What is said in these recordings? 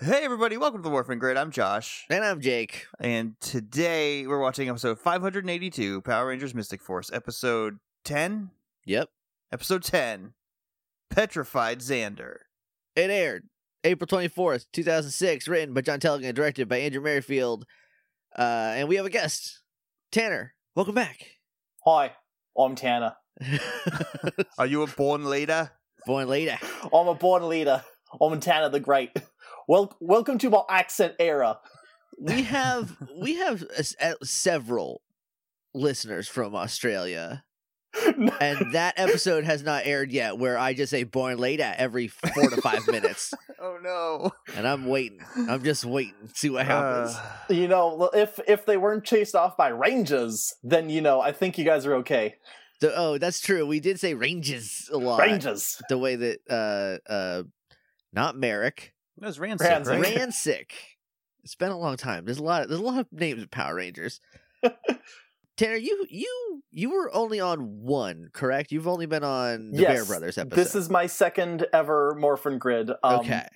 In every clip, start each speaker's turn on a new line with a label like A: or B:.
A: Hey everybody, welcome to the Warfin Grid. I'm Josh,
B: And I'm Jake.
A: and today we're watching episode 582, Power Rangers Mystic Force, episode 10,
B: Yep.
A: episode 10, Petrified Xander.
B: It aired April 24th, 2006, written by John Telligan and directed by Andrew Merrifield. Uh, and we have a guest, Tanner. Welcome back.
C: Hi, I'm Tanner.
A: Are you a born leader?
B: Born later.
C: I'm a born leader. I'm Tanner the Great. Wel- welcome to my accent era.
B: We have we have a s- a- several listeners from Australia, and that episode has not aired yet. Where I just say "born later" every four to five minutes,
A: Oh no.
B: and I'm waiting. I'm just waiting to see what happens.
A: Uh,
C: you know, if if they weren't chased off by rangers, then you know I think you guys are okay.
B: So, oh, that's true. We did say ranges a lot.
C: Rangers.
B: the way that uh uh not Merrick
A: that was rancid,
C: Rancid.
A: right?
B: Rancic. It's been a long time. There's a lot. there's a lot of names of Power Rangers. Tanner, you you you were only on one, correct? You've only been on the Bear
C: Yes,
B: Brothers episode.
C: This is my second ever Morphin Grid. Um,
B: okay.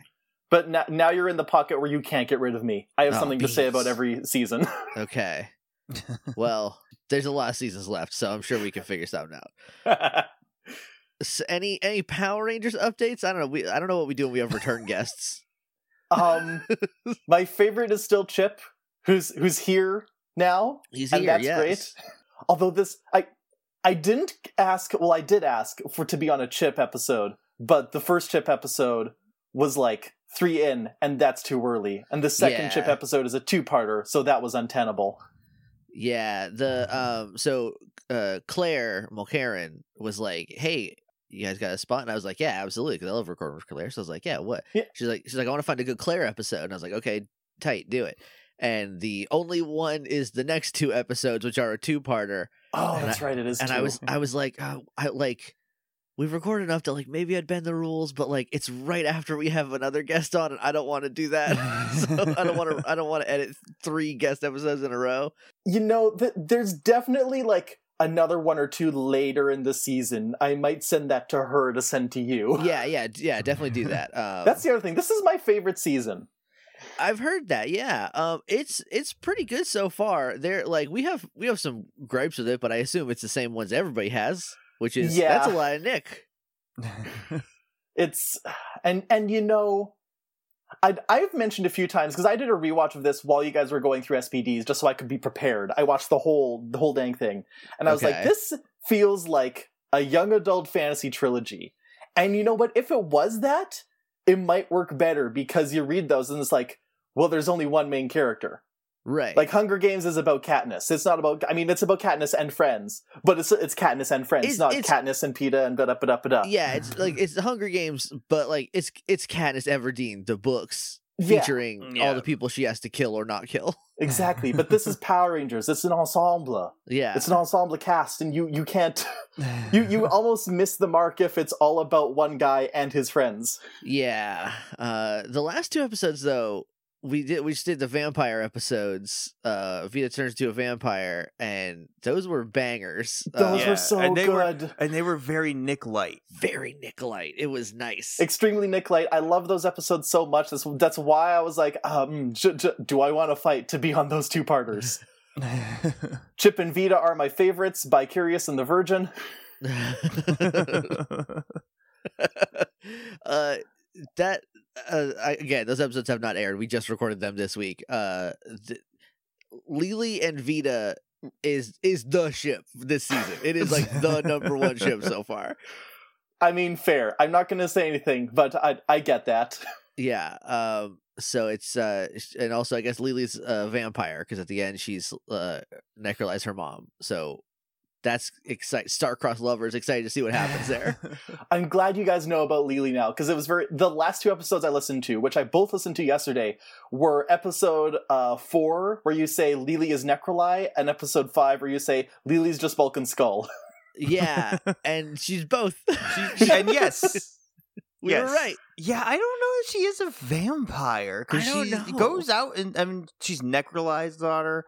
C: But now, now you're in the pocket where you can't get rid of me. I have
B: Oh,
C: something to say
B: beans.
C: about every season.
B: Okay. well, there's a lot of seasons left, so I'm sure we can figure something out. S any any Power Rangers updates? I don't know. We I don't know what we do when we have return guests.
C: um, my favorite is still Chip, who's who's here now.
B: He's
C: and
B: here.
C: that's
B: yes.
C: great. Although this, I, I didn't ask. Well, I did ask for to be on a chip episode, but the first chip episode was like three in, and that's too early. And the second chip
B: Yeah.
C: episode is a two-parter, so that was untenable.
B: Yeah, the um so uh Claire Mulcaren was like, "Hey, you guys got a spot?" And I was like, "Yeah, absolutely, because I love recording with Claire." So I was like, "Yeah, what?"
C: Yeah.
B: She's like, "She's like, I want to find a good Claire episode," and I was like, "Okay, tight, do it." And the only one is the next two episodes, which are a two-parter.
C: Oh,
B: And
C: that's right. It is.
B: And
C: two.
B: I was, I was like, oh, I like, we've recorded enough to like maybe I'd bend the rules, but like it's right after we have another guest on, and I don't want to do that. so I don't want to, I don't want to edit three guest episodes in a row.
C: You know, th- there's definitely like another one or two later in the season. I might send that to her to send to you.
B: Yeah, yeah, d- yeah, definitely do that. Um,
C: That's the other thing. This is my favorite season.
B: I've heard that. Yeah. Um it's it's pretty good so far. There like we have we have some gripes with it, but I assume it's the same ones everybody has, which is
C: Yeah.
B: that's a lot of Nick.
C: it's and and you know I, I've mentioned a few times because I did a rewatch of this while you guys were going through SPDs, just so I could be prepared. I watched the whole the whole dang thing, and I was like,
B: Okay.
C: "This feels like a young adult fantasy trilogy." And you know what? If it was that, it might work better because you read those and it's like, "Well, there's only one main character."
B: Right.
C: Like Hunger Games is about Katniss. It's not about. I mean, it's about Katniss and friends, but it's it's Katniss and friends,
B: It's-
C: not
B: it's-
C: Katniss and Peta and da da da da.
B: yeah, it's like it's the Hunger Games, but like it's it's Katniss Everdeen, the books
C: Yeah.
B: featuring
A: Yeah.
B: all the people she has to kill or not kill.
C: Exactly, but this is Power Rangers. It's an ensemble.
B: Yeah.
C: It's an ensemble cast, and you you can't you you almost miss the mark if it's all about one guy and his friends.
B: Yeah. Uh the last two episodes though, we did we just did the vampire episodes. Uh Vita turns into a vampire and those were bangers. Uh,
C: Those
A: Yeah,
C: were so
A: and they were-
C: good,
A: and they were very Nick light.
B: very Nicolite. It was nice.
C: extremely Nick Light. I love those episodes so much. That's that's why I was like, um, j- j- do I want to fight to be on those two parters? Chip and Vita are my favorites. By Curious and the Virgin.
B: uh, that uh, I, again, those episodes have not aired. We just recorded them this week. Uh, th- Lily and Vita is is the ship this season. It is like the number one ship so far.
C: I mean, fair. I'm not going to say anything, but I I get that.
B: Yeah. Um. So it's uh, sh- and also I guess Lily's a vampire because at the end she's uh necrolized her mom. So that's excite star-crossed lovers excited to see what happens there.
C: I'm glad you guys know about Lily now because it was very the last two episodes I listened to, which I both listened to yesterday, were episode uh, four where you say Lily is Necroli, and episode five where you say Lily's just Vulcan Skull.
B: yeah, and she's both.
A: She- she- and yes,
B: we
A: Yes.
B: were right.
A: Yeah, I don't know if she is a vampire because
B: I don't
A: she
B: know.
A: goes out and I mean she's Necroli's daughter,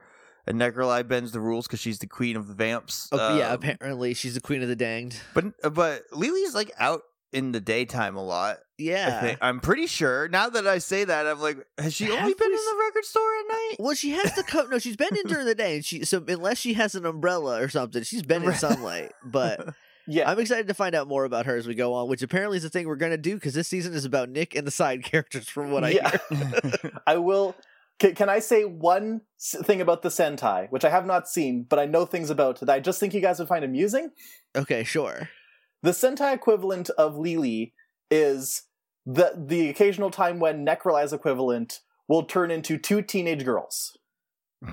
A: and Necroli bends the rules because she's the queen of the vamps.
B: Oh, yeah,
A: Um,
B: apparently she's the queen of the danged.
A: but but Lily's like out in the daytime a lot. I
B: Yeah.
A: think. I'm pretty sure. Now that I say that, I'm like, has she only
B: Have
A: been
B: we
A: in the record store at night?
B: Well, she has to come. No, she's been in during the day. And she so unless she has an umbrella or something, she's been in
A: Right.
B: sunlight. But
C: Yeah,
B: I'm excited to find out more about her as we go on, which apparently is a thing we're gonna do because this season is about Nick and the side characters, from what I
C: yeah.
B: hear.
C: I will. Can, can I say one s- thing about the Sentai, which I have not seen, but I know things about that I just think you guys would find amusing?
B: Okay, sure.
C: The Sentai equivalent of Lili is the the occasional time when Necrolize equivalent will turn into two teenage girls.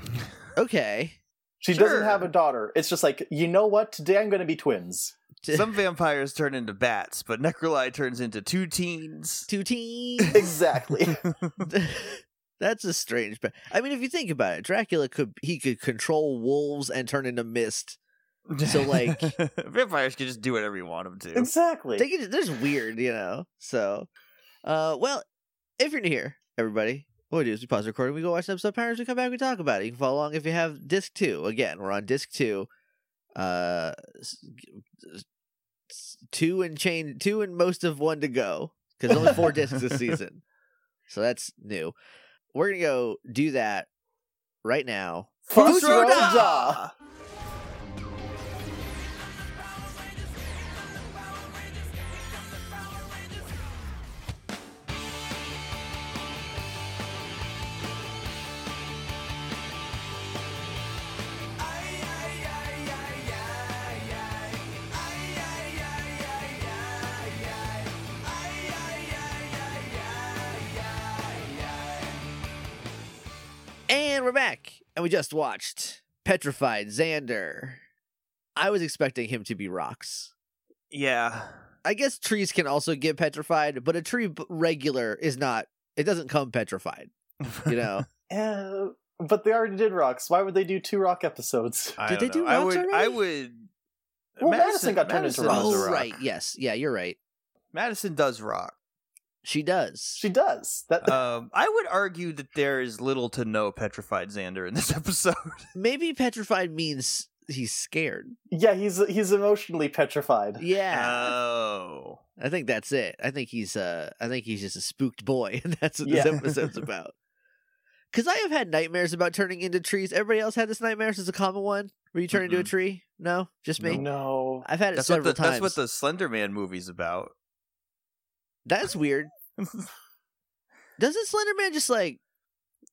B: Okay.
C: She
A: Sure.
C: doesn't have a daughter. It's just like, you know what? Today I'm going to be twins.
A: Some vampires turn into bats, but Necroli turns into two teens.
B: Two teens.
C: Exactly.
B: That's a strange. pa- I mean, if you think about it, Dracula could he could control wolves and turn into mist. So, like-
A: vampires can just do whatever you want them to.
C: exactly.
B: They could, that's weird, you know. So, uh, well, if you're new here, everybody, what we do is we pause the recording, we go watch the episode of Pirates, we come back, we talk about it. You can follow along if you have disc two. Again, we're on disc two. Uh, s- s- two and chain two and most of one to go because only four discs this season. So that's new. We're gonna go do that right now.
C: Fusro
A: Fusroda!
C: Ja!
B: And we're back. And we just watched Petrified Xander. I was expecting him to be rocks.
A: Yeah.
B: I guess trees can also get petrified, but a tree b- regular is not, it doesn't come petrified, you know?
C: Uh, but they already did rocks. Why would they do two rock episodes?
A: I
B: Did
A: don't
B: they do
A: know. I
B: rocks
A: would. I
B: already?
A: would.
C: Well, Madison got turned into
A: Madison
C: Rose
A: does
C: a
B: oh,
C: rock.
B: right. Yes. Yeah, you're right.
A: Madison does rock.
B: She does.
C: She does. That
A: Um, I would argue that there is little to no petrified Xander in this episode.
B: Maybe petrified means he's scared.
C: Yeah, he's he's emotionally petrified.
B: Yeah.
C: Uh,
A: Oh.
B: I think that's it. I think he's uh I think he's just a spooked boy and that's what this
C: Yeah.
B: episode's about. Cuz I have had nightmares about turning into trees. Everybody else had this nightmare? This is a common one. Were you turning into a
A: Mhm.
B: tree? No, just me.
C: No.
B: I've had it
A: That's what,
B: several
A: the,
B: times.
A: that's what the Slender Man movie's about.
B: That's weird. Doesn't Slenderman just like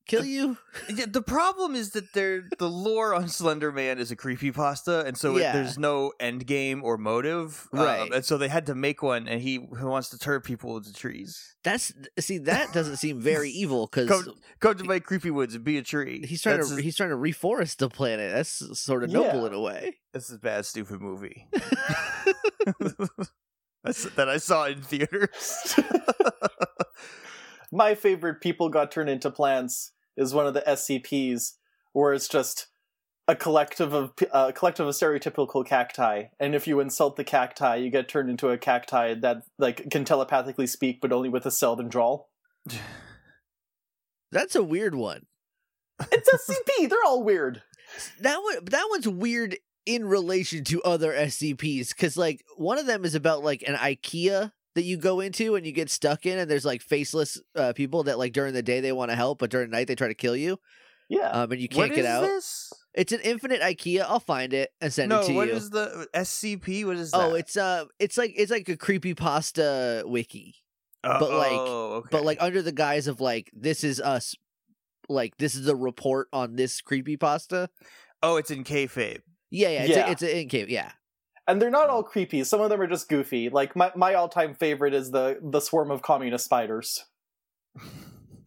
B: kill you?
A: Yeah, the problem is that there the lore on Slender Man is a creepypasta, and so it,
B: Yeah.
A: there's no end game or motive. Um,
B: Right.
A: and so they had to make one, and he who wants to turn people into trees.
B: That's see that doesn't seem very evil cuz
A: Come, come to my creepy woods and be a tree.
B: he's trying
A: That's
B: to
A: his-
B: he's trying to reforest the planet. That's sort of noble
C: Yeah.
B: in a way.
A: This is a bad, stupid movie. That's, that I saw in theaters.
C: My favorite people got turned into plants is one of the SCPs where it's just a collective of p- uh, a collective of stereotypical cacti and if you insult the cacti you get turned into a cacti that like can telepathically speak but only with a southern drawl.
B: That's a weird one.
C: It's SCP, they're all weird.
B: That one, that one's weird in relation to other SCPs because like one of them is about like an IKEA that you go into and you get stuck in, and there's like faceless uh, people that like during the day they want to help, but during the night they try to kill you,
C: Yeah.
B: um, and you
A: What
B: can't get
A: is
B: out.
A: This?
B: It's an infinite IKEA. I'll find it and send
A: no,
B: it to
A: what
B: you.
A: is the SCP? What is that?
B: oh, it's uh, it's like it's like a creepy pasta wiki,
A: Uh,
B: but like-
A: oh, okay.
B: but like under the guise of like this is us, like this is a report on this creepy pasta.
A: oh, it's in kayfabe.
B: Yeah, yeah, it's
C: Yeah.
B: A, it's a in cave. Yeah,
C: And they're not all creepy. Some of them are just goofy. Like my, my all-time favorite is the the swarm of communist spiders.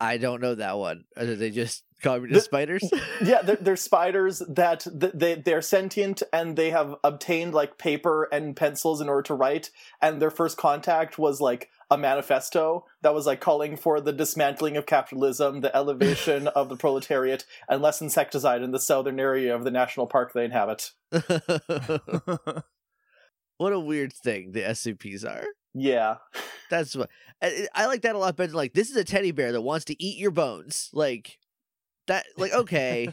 B: I don't know that one. Are they just communist
C: The-
B: spiders?
C: yeah they're, they're spiders that th- they, they're sentient and they have obtained like paper and pencils in order to write and their first contact was like a manifesto that was like calling for the dismantling of capitalism the elevation of the proletariat and less insecticide in the southern area of the national park they inhabit
B: what a weird thing the SCPs are.
C: yeah
B: That's what I, I like that a lot better. than, Like this is a teddy bear that wants to eat your bones. Like That like okay,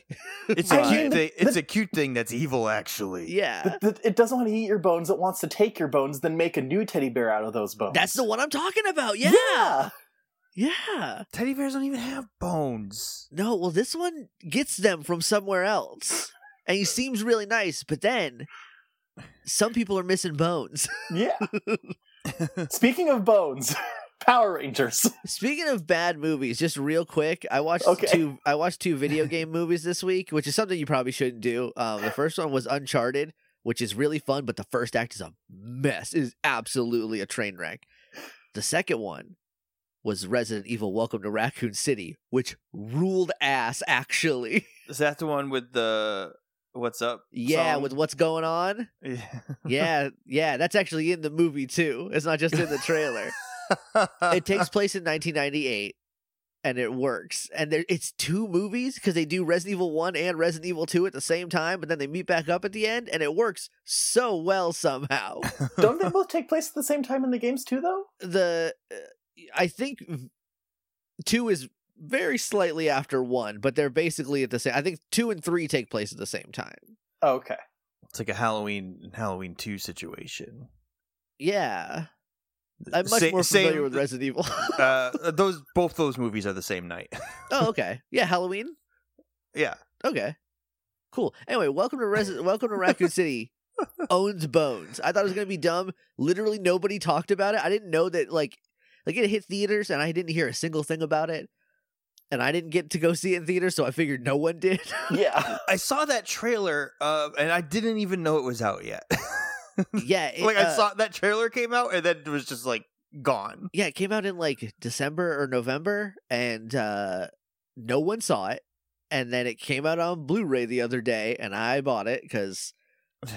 A: It's
C: I
A: a
C: mean,
A: cute
C: the-
A: thing. It's a cute thing that's evil, actually.
B: yeah.
C: Th- th- It doesn't want to eat your bones. It wants to take your bones, then make a new teddy bear out of those bones.
B: That's the one I'm talking about. Yeah.
C: Yeah.
B: Yeah.
A: Teddy bears don't even have bones.
B: No, well this one gets them from somewhere else. And he seems really nice, but then some people are missing bones.
C: Yeah. Speaking of bones, Power Rangers.
B: Speaking of bad movies, just real quick, I watched
C: Okay.
B: two I watched two video game movies this week, which is something you probably shouldn't do. Um, the first one was Uncharted, which is really fun, but the first act is a mess. It is absolutely a train wreck. The second one was Resident Evil Welcome to Raccoon City, which ruled ass actually.
A: Is that the one with the "What's Up"?
B: Yeah,
A: song?
B: with what's going on. Yeah, yeah, that's actually in the movie too. It's not just in the trailer. it takes place in 1998 and it works and there it's two movies because they do resident evil 1 and resident evil 2 at the same time but then they meet back up at the end and it works so well somehow
C: Don't they both take place at the same time in the games too, though?
B: the uh, i think v- 2 is very slightly after 1 but they're basically at the same i think 2 and 3 take place at the same time
C: Okay.
A: It's like a Halloween Halloween two situation.
B: yeah i'm much
A: Sa-
B: more familiar
A: same-
B: with resident evil
A: Uh, those both those movies are the same night.
B: oh okay yeah halloween
A: yeah,
B: Okay. Cool. Anyway, welcome to Res- welcome to Raccoon City. Owns Bones. I thought it was gonna be dumb. Literally nobody talked about it. I didn't know that like like it hit theaters and I didn't hear a single thing about it. And I didn't get to go see it in theaters, so I figured no one did.
C: Yeah.
A: I saw that trailer, uh, and I didn't even know it was out yet.
B: yeah, it,
A: like I
B: uh,
A: saw that trailer came out, and then it was just like gone.
B: yeah, it came out in like December or November, and uh no one saw it. And then it came out on Blu-ray the other day, and I bought it because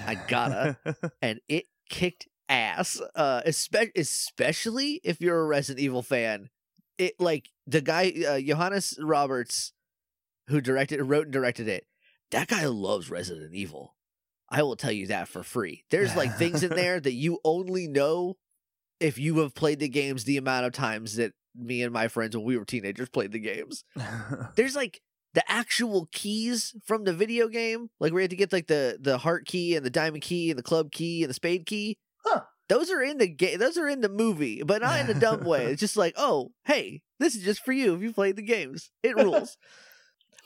B: I gotta. and it kicked ass. Uh, espe- especially if you're a Resident Evil fan, it like the guy uh, Johannes Roberts, who directed, wrote and directed it. That guy loves Resident Evil. I will tell you that for free. There's like things in there that you only know if you have played the games the amount of times that me and my friends when we were teenagers played the games there's like the actual keys from the video game. Like we had to get like the the heart key and the diamond key and the club key and the spade key.
C: Huh.
B: Those are in the game. Those are in the movie, but not in a dumb way. It's just like, oh, hey, this is just for you if you played the games. It rules.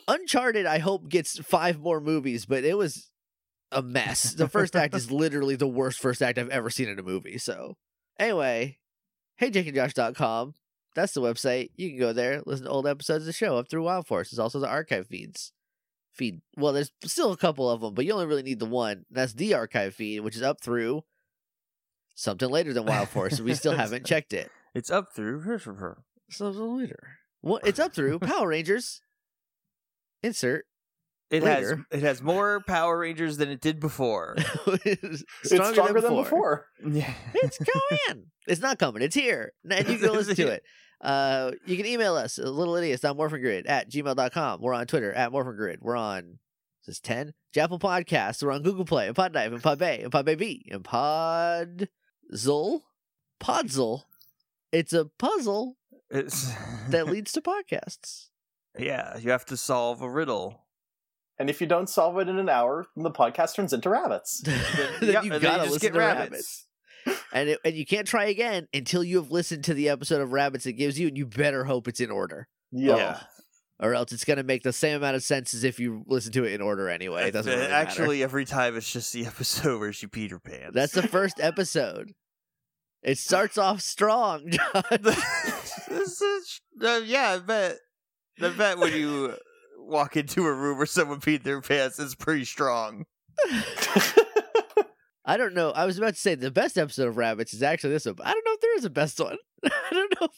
B: Uncharted, I hope gets five more movies, but it was a mess. The first act is literally the worst first act I've ever seen in a movie. So, anyway, hey, jakeandjosh.com. That's the website. You can go there, listen to old episodes of the show up through Wild Force. It's also the archive feeds. Feed. Well, there's still a couple of them, but you only really need the one. That's the archive feed, which is up through something later than Wild Force. We still haven't checked it.
A: it's up through.
B: Something later. Well, it's up through Power Rangers. Insert.
A: It
B: Later.
A: has it has more Power Rangers than it did before.
B: stronger
C: it's stronger than before.
A: Yeah.
B: it's coming. it's not coming. It's here. And you can go listen to it. Uh, you can email us, littleidiots.morphingrid at gmail.com. We're on Twitter at morphingrid. We're on, is this 10? Japple Podcasts. We're on Google Play and Podknife and Podbay and Podbaby and Podzle. Podzle. It's a puzzle
A: It's
B: that leads to podcasts.
A: yeah. You have to solve a riddle.
C: And if you don't solve it in an hour, then the podcast turns into rabbits.
B: then
A: Yep,
B: you
A: and then
B: gotta
A: just
B: listen to rabbits. and it, and you can't try again until you have listened to the episode of rabbits it gives you and you better hope it's in order
C: Yeah.
A: Yeah.
B: or else it's going to make the same amount of sense as if you listen to it in order anyway it doesn't
A: Uh,
B: really matter.
A: Actually, every time it's just the episode where she peed her pants.
B: that's the first episode it starts off strong John.
A: This is- uh, yeah, I bet. I bet when you walk into a room where someone peed their pants, it's pretty strong.
B: i don't know i was about to say the best episode of rabbits is actually this one but i don't know if there is a best one i don't know if,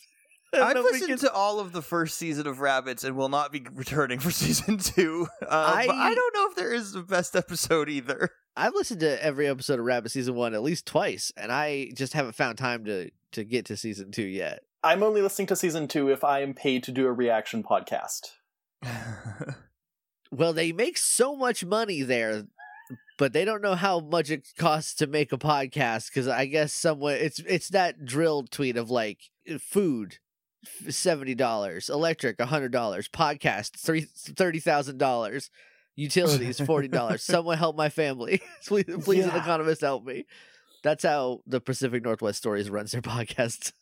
B: I don't
A: I've
B: know if we
A: listened
B: can-
A: to all of the first season of Rabbits and will not be returning for season two. Uh, but
B: I-
A: I don't know if there is the best episode either.
B: I've listened to every episode of Rabbit season one at least twice, and I just haven't found time to to get to season two yet.
C: I'm only listening to season two if I am paid to do a reaction podcast.
B: Well, they make so much money there, but they don't know how much it costs to make a podcast because I guess someone it's it's that drill tweet of like food, $70 electric $100 podcast three- $30000 utilities $40 someone help my family please, please an
C: Yeah.
B: economist help me that's how the pacific northwest stories runs their podcast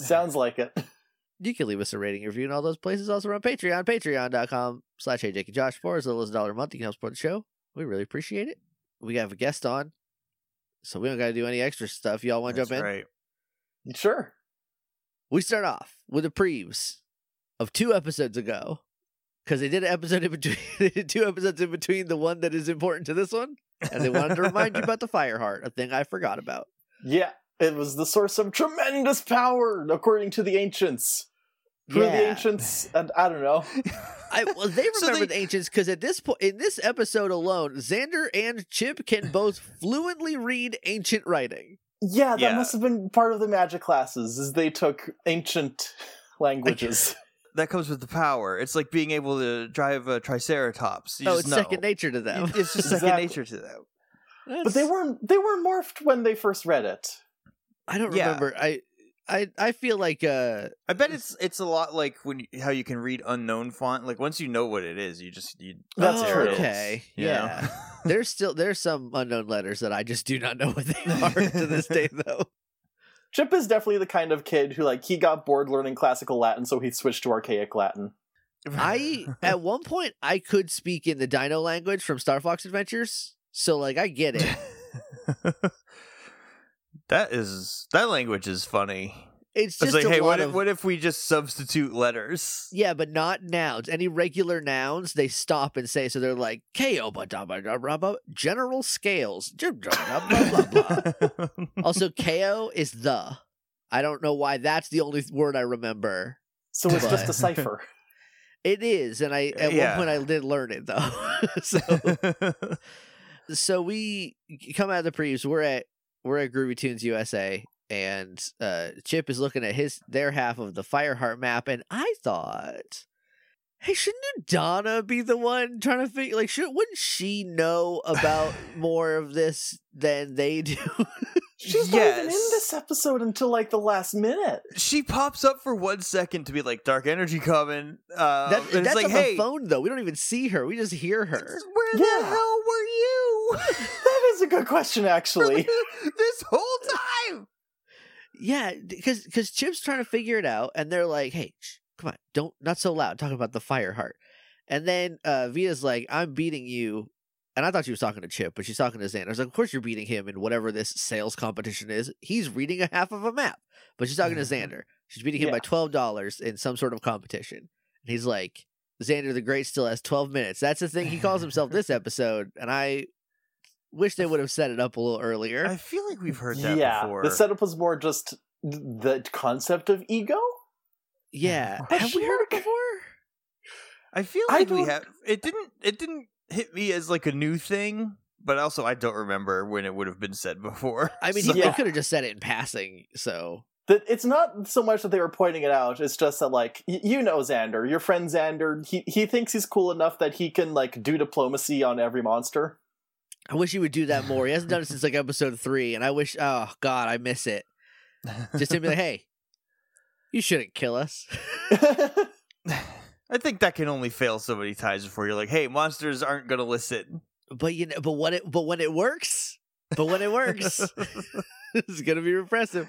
C: Sounds like it.
B: you can leave us a rating review in all those places also on patreon patreon.com slash hey jake and josh for as little as a dollar a month you can help support the show we really appreciate it we have a guest on so we don't gotta do any extra stuff y'all want to
A: That's
B: jump in
A: right.
C: Sure.
B: we start off with the preves of two episodes ago because they did an episode in between they did two episodes in between the one that is important to this one and they wanted to remind you about the fire heart a thing i forgot about
C: Yeah, it was the source of tremendous power, according to the ancients. Who are the
B: Yeah.
C: ancients? And I don't know.
B: I, well, they
A: So
B: remember
A: they-
B: the ancients because at this point, in this episode alone, Xander and Chip can both fluently read ancient writing.
C: Yeah, that
A: Yeah.
C: must have been part of the magic classes, is they took ancient languages.
A: That comes with the power. It's like being able to drive a triceratops. You
B: oh,
A: just
B: it's
A: know.
B: second nature to them.
A: You- It's just second
C: Exactly.
A: nature to them.
C: but they
B: That's-
C: weren't they were morphed when they first read it.
B: I don't
A: yeah.
B: remember. I, I, I feel like uh,
A: I bet it's it's a lot like when you, how you can read unknown font. Like once you know what it is, you just you.
C: That's
B: oh,
A: there
C: true.
A: it is,
B: Okay,
A: you know?
B: yeah. there's still there's some unknown letters that I just do not know what they are to this day, though.
C: Chip is definitely the kind of kid who like he got bored learning classical Latin, so he switched to archaic Latin.
B: I at one point I could speak in the Dino language from Star Fox Adventures, so like I get it.
A: that is that language is funny.
B: It's just
A: It's like,
B: a
A: hey,
B: lot
A: what
B: of
A: if, what if we just substitute letters?
B: Yeah, but not nouns. Any regular nouns, they stop and say. So they're like, K-O-ba-da-ba-da-ba-ba, general scales. Blah, blah, blah, blah. also, K-O is the. I don't know why that's the only th- word I remember.
C: So it's just
B: But-
C: a cipher.
B: It is, and I at
A: Uh, Yeah.
B: one point I did learn it though. so so we come out of the previews. We're at we're at Groovy Tunes USA, and uh, Chip is looking at his their half of the Fireheart map, and I thought, hey, shouldn't Donna be the one trying to figure? Like, should wouldn't she know about more of this than they do?
C: She's not even in
A: Yes.
C: this episode until like the last minute.
A: she pops up for one second to be like dark energy coming. Uh,
B: That-
A: and it's
B: that's
A: like,
B: on
A: hey,
B: the phone though. We don't even see her. We just hear her.
A: where the
C: Yeah.
A: hell were you?
C: That is a good question, actually.
A: this whole time.
B: Yeah, because because Chip's trying to figure it out, and they're like, "Hey, shh, come on, don't not so loud. Talking about the fire heart." And then uh, Vita's like, "I'm beating you," and I thought she was talking to Chip, but she's talking to Xander. I was like, "Of course you're beating him in whatever this sales competition is. He's reading a half of a map, but she's talking to Xander. She's beating him by
C: Yeah.
B: twelve dollars in some sort of competition." And he's like, "Xander the Great still has twelve minutes. That's the thing he calls himself this episode." And I wish they would have set it up a little earlier.
A: I feel like we've heard that
C: yeah,
A: before.
C: the setup was more just th- the concept of ego.
B: yeah,
C: But
B: have we heard it
C: Shark-
B: before?
A: I feel
C: I
A: like we
C: don't-
A: have. It didn't. It didn't hit me as like a new thing, but also I don't remember when it would have been said before.
B: I mean,
A: So-
B: he
C: Yeah.
B: could have just said it in passing. So
C: That it's not so much that they were pointing it out; it's just that like y- you know Xander, your friend Xander, he he thinks he's cool enough that he can like do diplomacy on every monster.
B: I wish he would do that more. He hasn't done it since like episode three, and I wish. Oh God, I miss it. Just to be like, hey, you shouldn't kill us.
A: I think that can only fail so many times before you're like, "Hey, monsters aren't gonna listen."
B: But you know, but what it, but when it works, but when it works, it's gonna be repressive.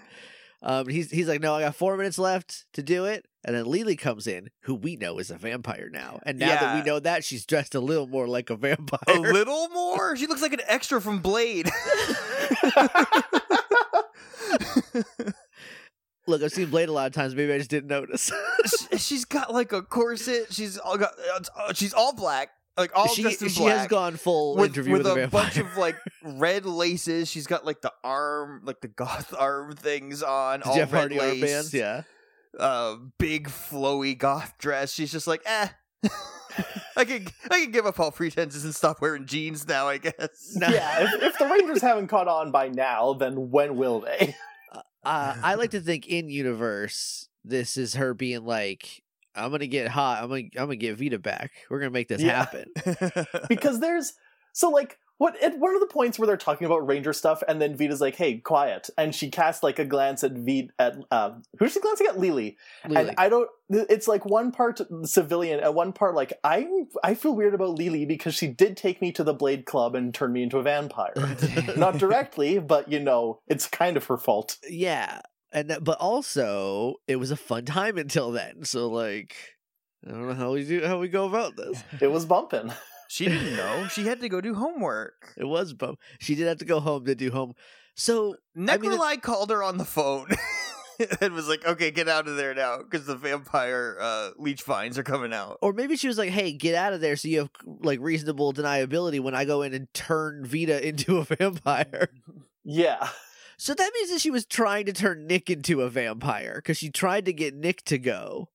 B: Um, he's he's like, no, I got four minutes left to do it, and then Lily comes in, who we know is a vampire now, and now that we
A: Yeah.
B: know that, she's dressed a little more like a vampire.
A: a little more. She looks like an extra from Blade.
B: Look, I've seen Blade a lot of times. Maybe I just didn't notice.
A: She- she's got like a corset. She's all got. uh, She's all black, like all
B: she
A: dressed in
B: she
A: black.
B: has gone full
A: with,
B: interview
A: with
B: with,
A: a
B: the vampire.
A: bunch of like red laces. She's got like the arm, like the goth arm things on. all
B: Jeff
A: red
B: Hardy armbands.
A: lace,
B: Yeah,
A: Uh, big flowy goth dress. She's just like, eh. I can I can give up all pretenses and stop wearing jeans now. I guess.
B: No.
C: yeah, if, if the Rangers haven't caught on by now, then when will they?
B: uh, I like to think in universe, this is her being like, "I'm gonna get hot. I'm gonna I'm gonna get Vita back. We're gonna make this
C: Yeah.
B: happen."
C: because there's so like What at one of the points where they're talking about ranger stuff, and then Vita's like, "Hey, quiet," and she casts like a glance at Vita at um, who's she glancing at? Lily.
B: Lily.
C: And I don't. It's like one part civilian, and one part like I. I feel weird about Lily because she did take me to the Blade Club and turn me into a vampire. Not directly, but you know, it's kind of her fault.
B: yeah, and that, but also it was a fun time until then. So like, I don't know how we do how we go about this.
C: It was bumping.
A: She didn't know. She had to go do homework.
B: It was bum. She did have to go home to do home. So I mean,
A: Necroli called her on the phone and was like, "Okay, get out of there now, because the vampire uh, leech vines are coming out."
B: or maybe she was like, "Hey, get out of there, so you have like reasonable deniability when I go in and turn Vita into a vampire."
C: Yeah.
B: So that means that she was trying to turn Nick into a vampire because she tried to get Nick to go.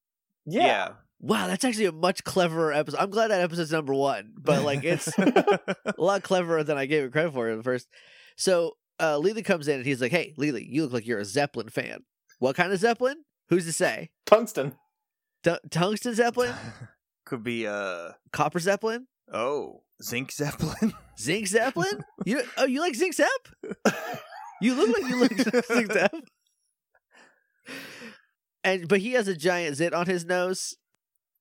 C: Yeah.
B: Wow, that's actually a much cleverer episode. I'm glad that episode's number one, but like it's a lot cleverer than I gave it credit for at first. So uh, Lily comes in and he's like, "Hey, Lily, you look like you're a Zeppelin fan. What kind of Zeppelin? Who's to say?
C: Tungsten.
B: Tu- tungsten Zeppelin?
A: could be uh
B: Copper Zeppelin?
A: oh zinc zeppelin.
B: Zinc Zeppelin? You oh, you like Zinc Zepp? You look like you look like Zinc Zepp. And but he has a giant zit on his nose.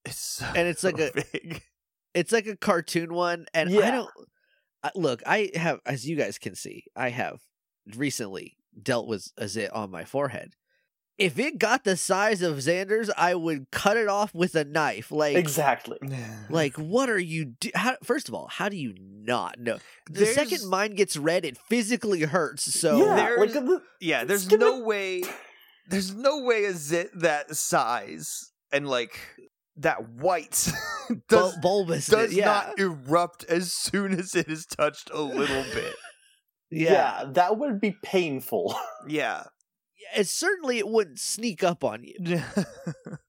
A: It's so
B: And it's like a-
A: big.
B: it's like a cartoon one and i
C: Yeah.
B: don't I, look i have as you guys can see i have recently dealt with a zit on my forehead if it got the size of xander's i would cut it off with a knife like
C: Exactly.
B: like what are you do- how, first of all how do you not know the
A: There's-
B: second mine gets read it physically hurts so
C: yeah.
A: there's-
C: Like, the-
A: Yeah, there's
C: Skip
A: no way. There's no way a zit that size and like that white
B: bul-
A: does
B: bulbous
A: does
B: yeah
A: not erupt as soon as it is touched a little bit.
B: yeah,
C: yeah. that would be painful.
A: Yeah,
B: It certainly it wouldn't sneak up on you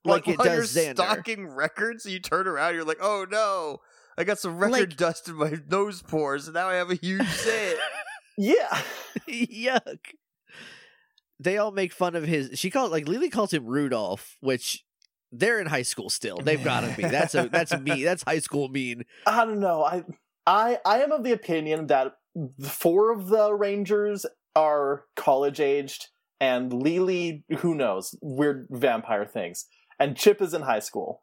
B: like, it
A: while
B: does
A: you're
B: Xander.
A: Stocking records, you turn around, you're like, oh no. I got some record
B: Like-
A: dust in my nose pores, and now I have a huge zit.
C: yeah.
B: Yuck. They all make fun of his. She called like Lily calls him Rudolph, which they're in high school still. They've got to be. That's a that's me. That's high school mean.
C: I don't know. I I I am of the opinion that the four of the Rangers are college aged, and Lily, who knows, weird vampire things, and Chip is in high school.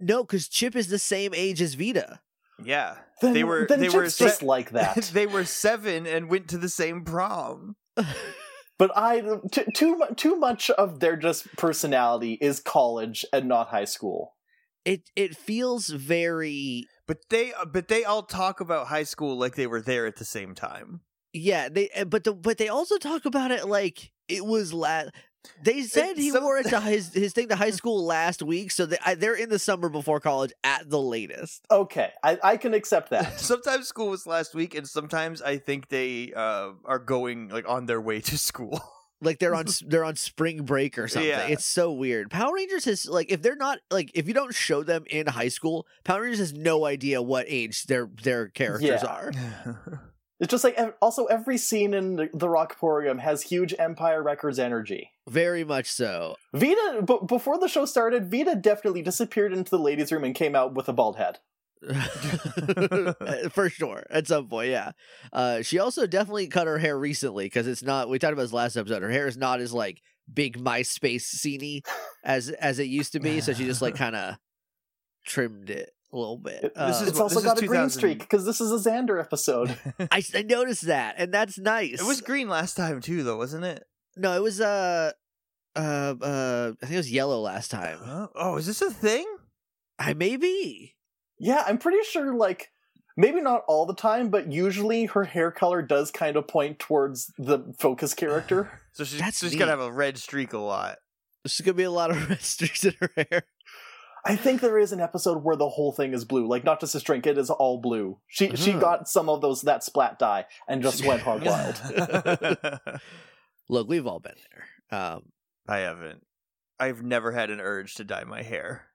B: No, because Chip is the same age as Vita.
A: yeah,
C: Then,
A: They were-
C: then
A: they
C: Chip's
A: were set-
C: just like that.
A: they were seven and went to the same prom.
C: but I t- too mu- too much of their just personality is college and not high school.
B: It it feels very
A: But they, but they all talk about high school like they were there at the same time.
B: yeah. They eh, but the but they also talk about it like it was last. They said he
A: some-
B: wore it to his his thing to high school last week, so they, I, they're in the summer before college at the latest.
C: Okay, I, I can accept that.
A: sometimes school was last week, and sometimes I think they uh, are going like on their way to school.
B: like they're on s- they're on spring break or something.
A: Yeah.
B: It's so weird. Power Rangers has like if they're not like if you don't show them in high school, Power Rangers has no idea what age their their characters
C: Yeah.
B: are.
C: It's just like ev- also every scene in the, the Rockporium has huge Empire Records energy.
B: Very much so.
C: Vita, b- before the show started, Vita definitely disappeared into the ladies' room and came out with a bald head.
B: For sure. At some point, yeah. Uh she also definitely cut her hair recently cuz it's not we talked about this last episode. Her hair is not as like big MySpace sceney as as it used to be, so she just like kind of trimmed it a little bit.
C: It- this
B: Uh,
C: is, it's
A: well,
C: also
A: this is
C: got a green
A: 2000.
C: streak because this is a Xander episode.
B: I, I noticed that, and that's nice.
A: it was green last time too, though, wasn't it?
B: No, it was uh uh uh I think it was yellow last time.
A: Huh? Oh, is this a thing?
B: I maybe.
C: yeah, I'm pretty sure, like, maybe not all the time, but usually her hair color does kind of point towards the focus character.
A: So she's,
B: That's
A: she's gonna have
B: neat.
A: a red streak a lot.
B: There's gonna be a lot of red streaks in her hair.
C: I think there is an episode where the whole thing is blue, like not just a drink; it is all blue. She she
B: Uh-huh.
C: got some of those that splat dye and just went hog wild.
B: Look, we've all been there. Um
A: I haven't. I've never had an urge to dye my hair.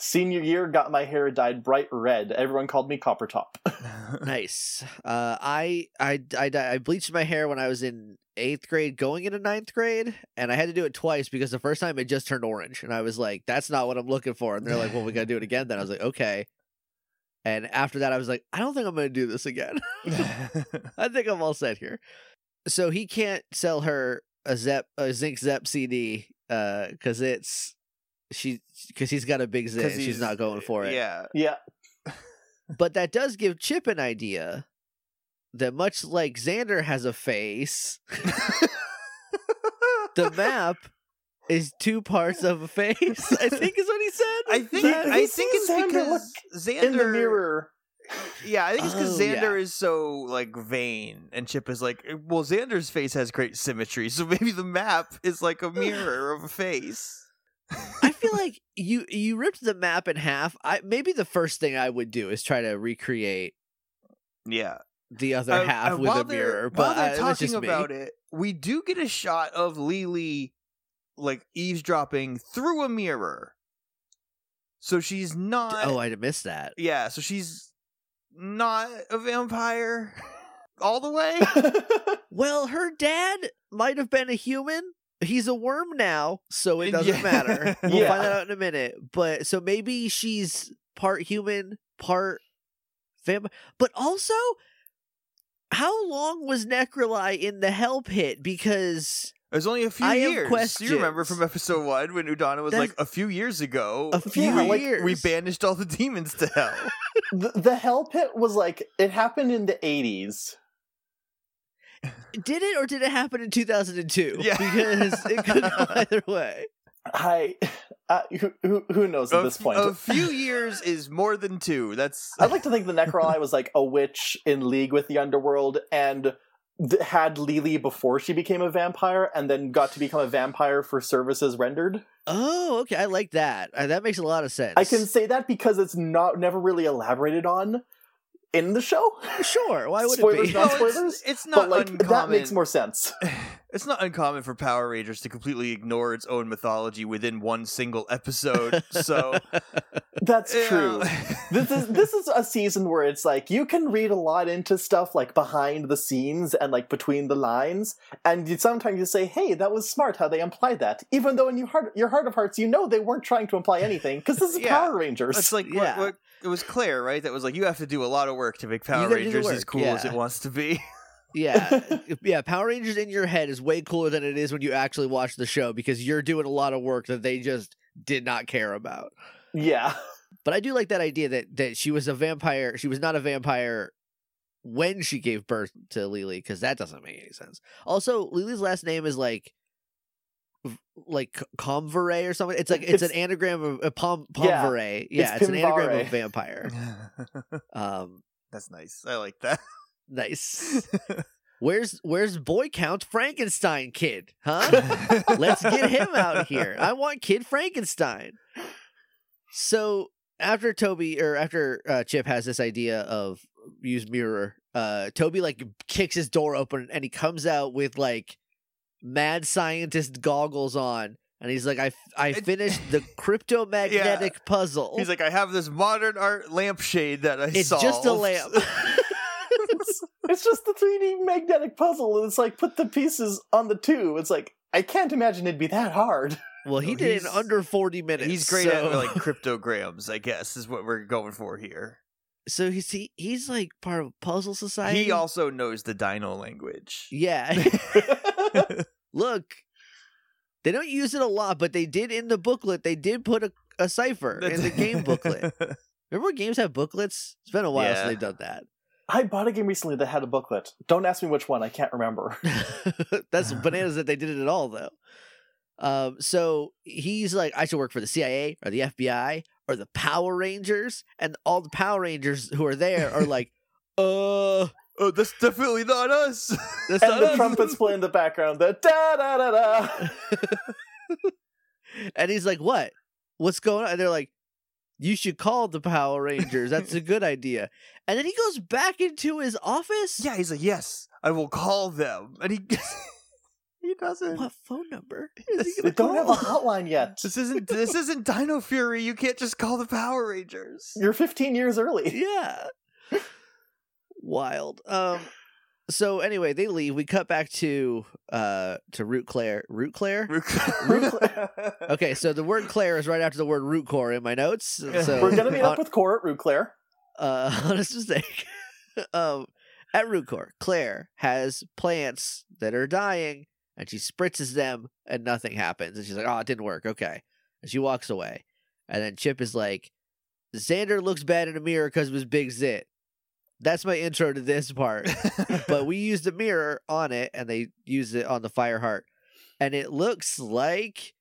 C: Senior year, got my hair dyed bright red. Everyone called me Copper Top.
B: nice. Uh I I I I bleached my hair when I was in 8th grade going into ninth grade and I had to do it twice because the first time it just turned orange and I was like that's not what I'm looking for and they're like well we got to do it again then I was like okay. And after that, I was like, I don't think I'm going to do this again. I think I'm all set here. So he can't sell her a Zep, a Zinc Zep CD, uh, because it's she, because he's got a big Zip.
A: 'Cause
B: and She's
A: he's-
B: not going for it.
A: Yeah.
C: yeah.
B: But that does give Chip an idea that much like Xander has a face, the map is two parts of a face. I think is what he said.
A: I think
C: He-
A: I
C: he
A: think
C: sees
A: it's
C: Xander
A: because Xander
C: In the mirror.
A: Yeah, I think it's because
B: Oh,
A: Xander
B: yeah.
A: is so like vain, and Chip is like, eh, well, Xander's face has great symmetry, so maybe the map is like a mirror of a face.
B: I feel like you you ripped the map in half. I maybe the first thing I would do is try to recreate
A: Yeah,
B: the other
A: Uh,
B: half
A: uh,
B: with
A: while
B: a
A: they're-
B: mirror.
A: While
B: But
A: they're
B: I, it was
A: talking
B: just
A: about
B: me.
A: it, we do get a shot of Lily like eavesdropping through a mirror, so she's not.
B: Oh, I'd have missed that.
A: yeah, so she's not a vampire all the way.
B: Well, her dad might have been a human. He's a worm now, so it doesn't
A: Yeah.
B: matter. We'll
C: Yeah.
B: find that out in a minute. But so maybe she's part human, part vampire. But also, how long was Necroli in the hell pit? Because
A: It was only a few
B: I have
A: years.
B: questions.
A: You remember from episode one when Udana was
B: That's-
A: like, a few years ago,
B: a few
C: Yeah, like,
B: years
A: we banished all the demons to hell.
C: the, the hell pit was like it happened in the 80s.
B: did it or did it happen in 2002?
A: Yeah.
B: Because it could go either way.
C: I uh, who, who who knows at
A: a,
C: this point.
A: a few years is more than two. That's
C: I'd like to think the Necroli was like a witch in league with the underworld and th- had Lily before she became a vampire and then got to become a vampire for services rendered.
B: Oh, okay. I like that. Uh, that makes a lot of sense.
C: I can say that because it's not never really elaborated on in the show.
B: Sure. Why would
C: Spoilers
B: it be?
C: not
A: Well,
C: spoilers,
A: It's, it's not
C: but like
A: uncommon.
C: that makes more sense.
A: It's not uncommon for Power Rangers to completely ignore its own mythology within one single episode. So
C: That's
A: yeah.
C: true. This is this is a season where it's like you can read a lot into stuff like behind the scenes and like between the lines, and you sometimes you say, "Hey, that was smart how they implied that," even though in your heart your heart of hearts you know they weren't trying to imply anything because this is
A: Yeah.
C: Power Rangers.
A: It's like what-
B: Yeah.
A: what, it was Claire, right? That was like you have to do a lot of work to make Power
B: gotta do the
A: Rangers as
B: work,
A: cool as
B: yeah.
A: it wants to be.
B: yeah. Yeah. Power Rangers in your head is way cooler than it is when you actually watch the show because you're doing a lot of work that they just did not care about.
C: yeah,
B: But I do like that idea that that she was a vampire. She was not a vampire when she gave birth to Lily because that doesn't make any sense. Also, Lily's last name is like v- like Comvere or something. It's like it's, an
C: It's-
B: anagram of a pom
C: Yeah.
B: Pomvere. Yeah,
C: It's
B: it's, an anagram
C: Pimvere.
B: of vampire. Um,
A: That's nice. I like that.
B: nice. Where's where's boy count Frankenstein kid? Huh? Let's get him out here. I want Kid Frankenstein. So after Toby or after uh, Chip has this idea of use mirror, uh, Toby like kicks his door open and he comes out with like mad scientist goggles on, and he's like, "I I
A: It-
B: finished the cryptomagnetic puzzle.
A: He's like, I have this modern art lampshade that I
B: it's
A: solved.
B: just a lamp."
C: it's, it's just the three D magnetic puzzle, and it's like put the pieces on the two. It's like I can't imagine it'd be that hard.
B: well, he
A: No,
B: did it in
A: "Oh, he's-
B: under forty minutes.
A: He's great
B: so-
A: at like cryptograms, I guess, is what we're going for here.
B: so he's he, he's like part of a puzzle society.
A: He also knows the dino language.
B: yeah. look they don't use it a lot but they did in the booklet they did put a, a cipher in the game booklet remember when games have booklets it's been a while
A: Yeah.
B: since they've done that
C: I bought a game recently that had a booklet. Don't ask me which one. I can't remember.
B: that's bananas that they did it at all though um, so he's like i should work for the cia or the fbi or the power rangers and all the power rangers who are there are like uh
A: oh, that's definitely not us.
B: that's
C: and
B: not
C: the
B: us.
C: trumpets play in the background. The da da da da.
B: and he's like, "What? What's going on?" And they're like, "You should call the Power Rangers. That's a good idea." And then he goes back into his office.
A: yeah, he's like, yes, I will call them, and he he doesn't.
B: What phone number?
C: They don't have a hotline yet.
A: This isn't this isn't Dino Fury. You can't just call the Power Rangers.
C: You're 15 years early.
B: yeah. Wild. Um. So anyway, they leave. We cut back to uh to Root Claire. Root Claire. Okay, so the word Claire is right after the word root core in my notes. So
C: We're gonna meet
B: on-
C: up with Cora at Rue Claire.
B: uh, honest mistake. um, at Rootcore, Claire has plants that are dying, and she spritzes them, and nothing happens. And she's like, "Oh, it didn't work. Okay." And she walks away, and then Chip is like, "Xander looks bad in a mirror because of his big zit." That's my intro to this part. but we used a mirror on it, and they used it on the Fireheart, and it looks like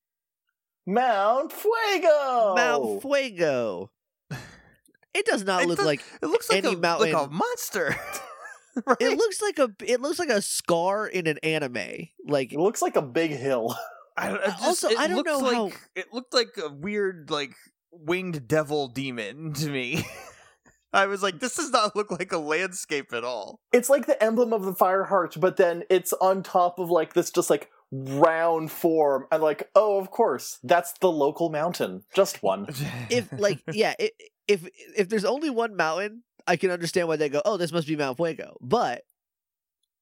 C: Mount Fuego.
B: Mount Fuego. It does not
A: Oh. It
B: look
A: does-
B: like
A: it looks like a,
B: any mountain-
A: like a monster. right?
B: it looks like a it looks like a scar in an anime. Like
C: It looks like a big hill.
A: I don't, it just,
B: Uh, Also,
A: it
B: I don't
A: looked
B: know
A: like,
B: how-
A: it looked like a weird, like winged devil demon to me. I was like, this does not look like a landscape at all.
C: It's like the emblem of the fire heart, but then it's on top of like this just like round form. I'm like, oh, of course, that's the local mountain, just one.
B: if like yeah, i if if there's only one mountain, I can understand why they go, "Oh, this must be Mount Fuego." But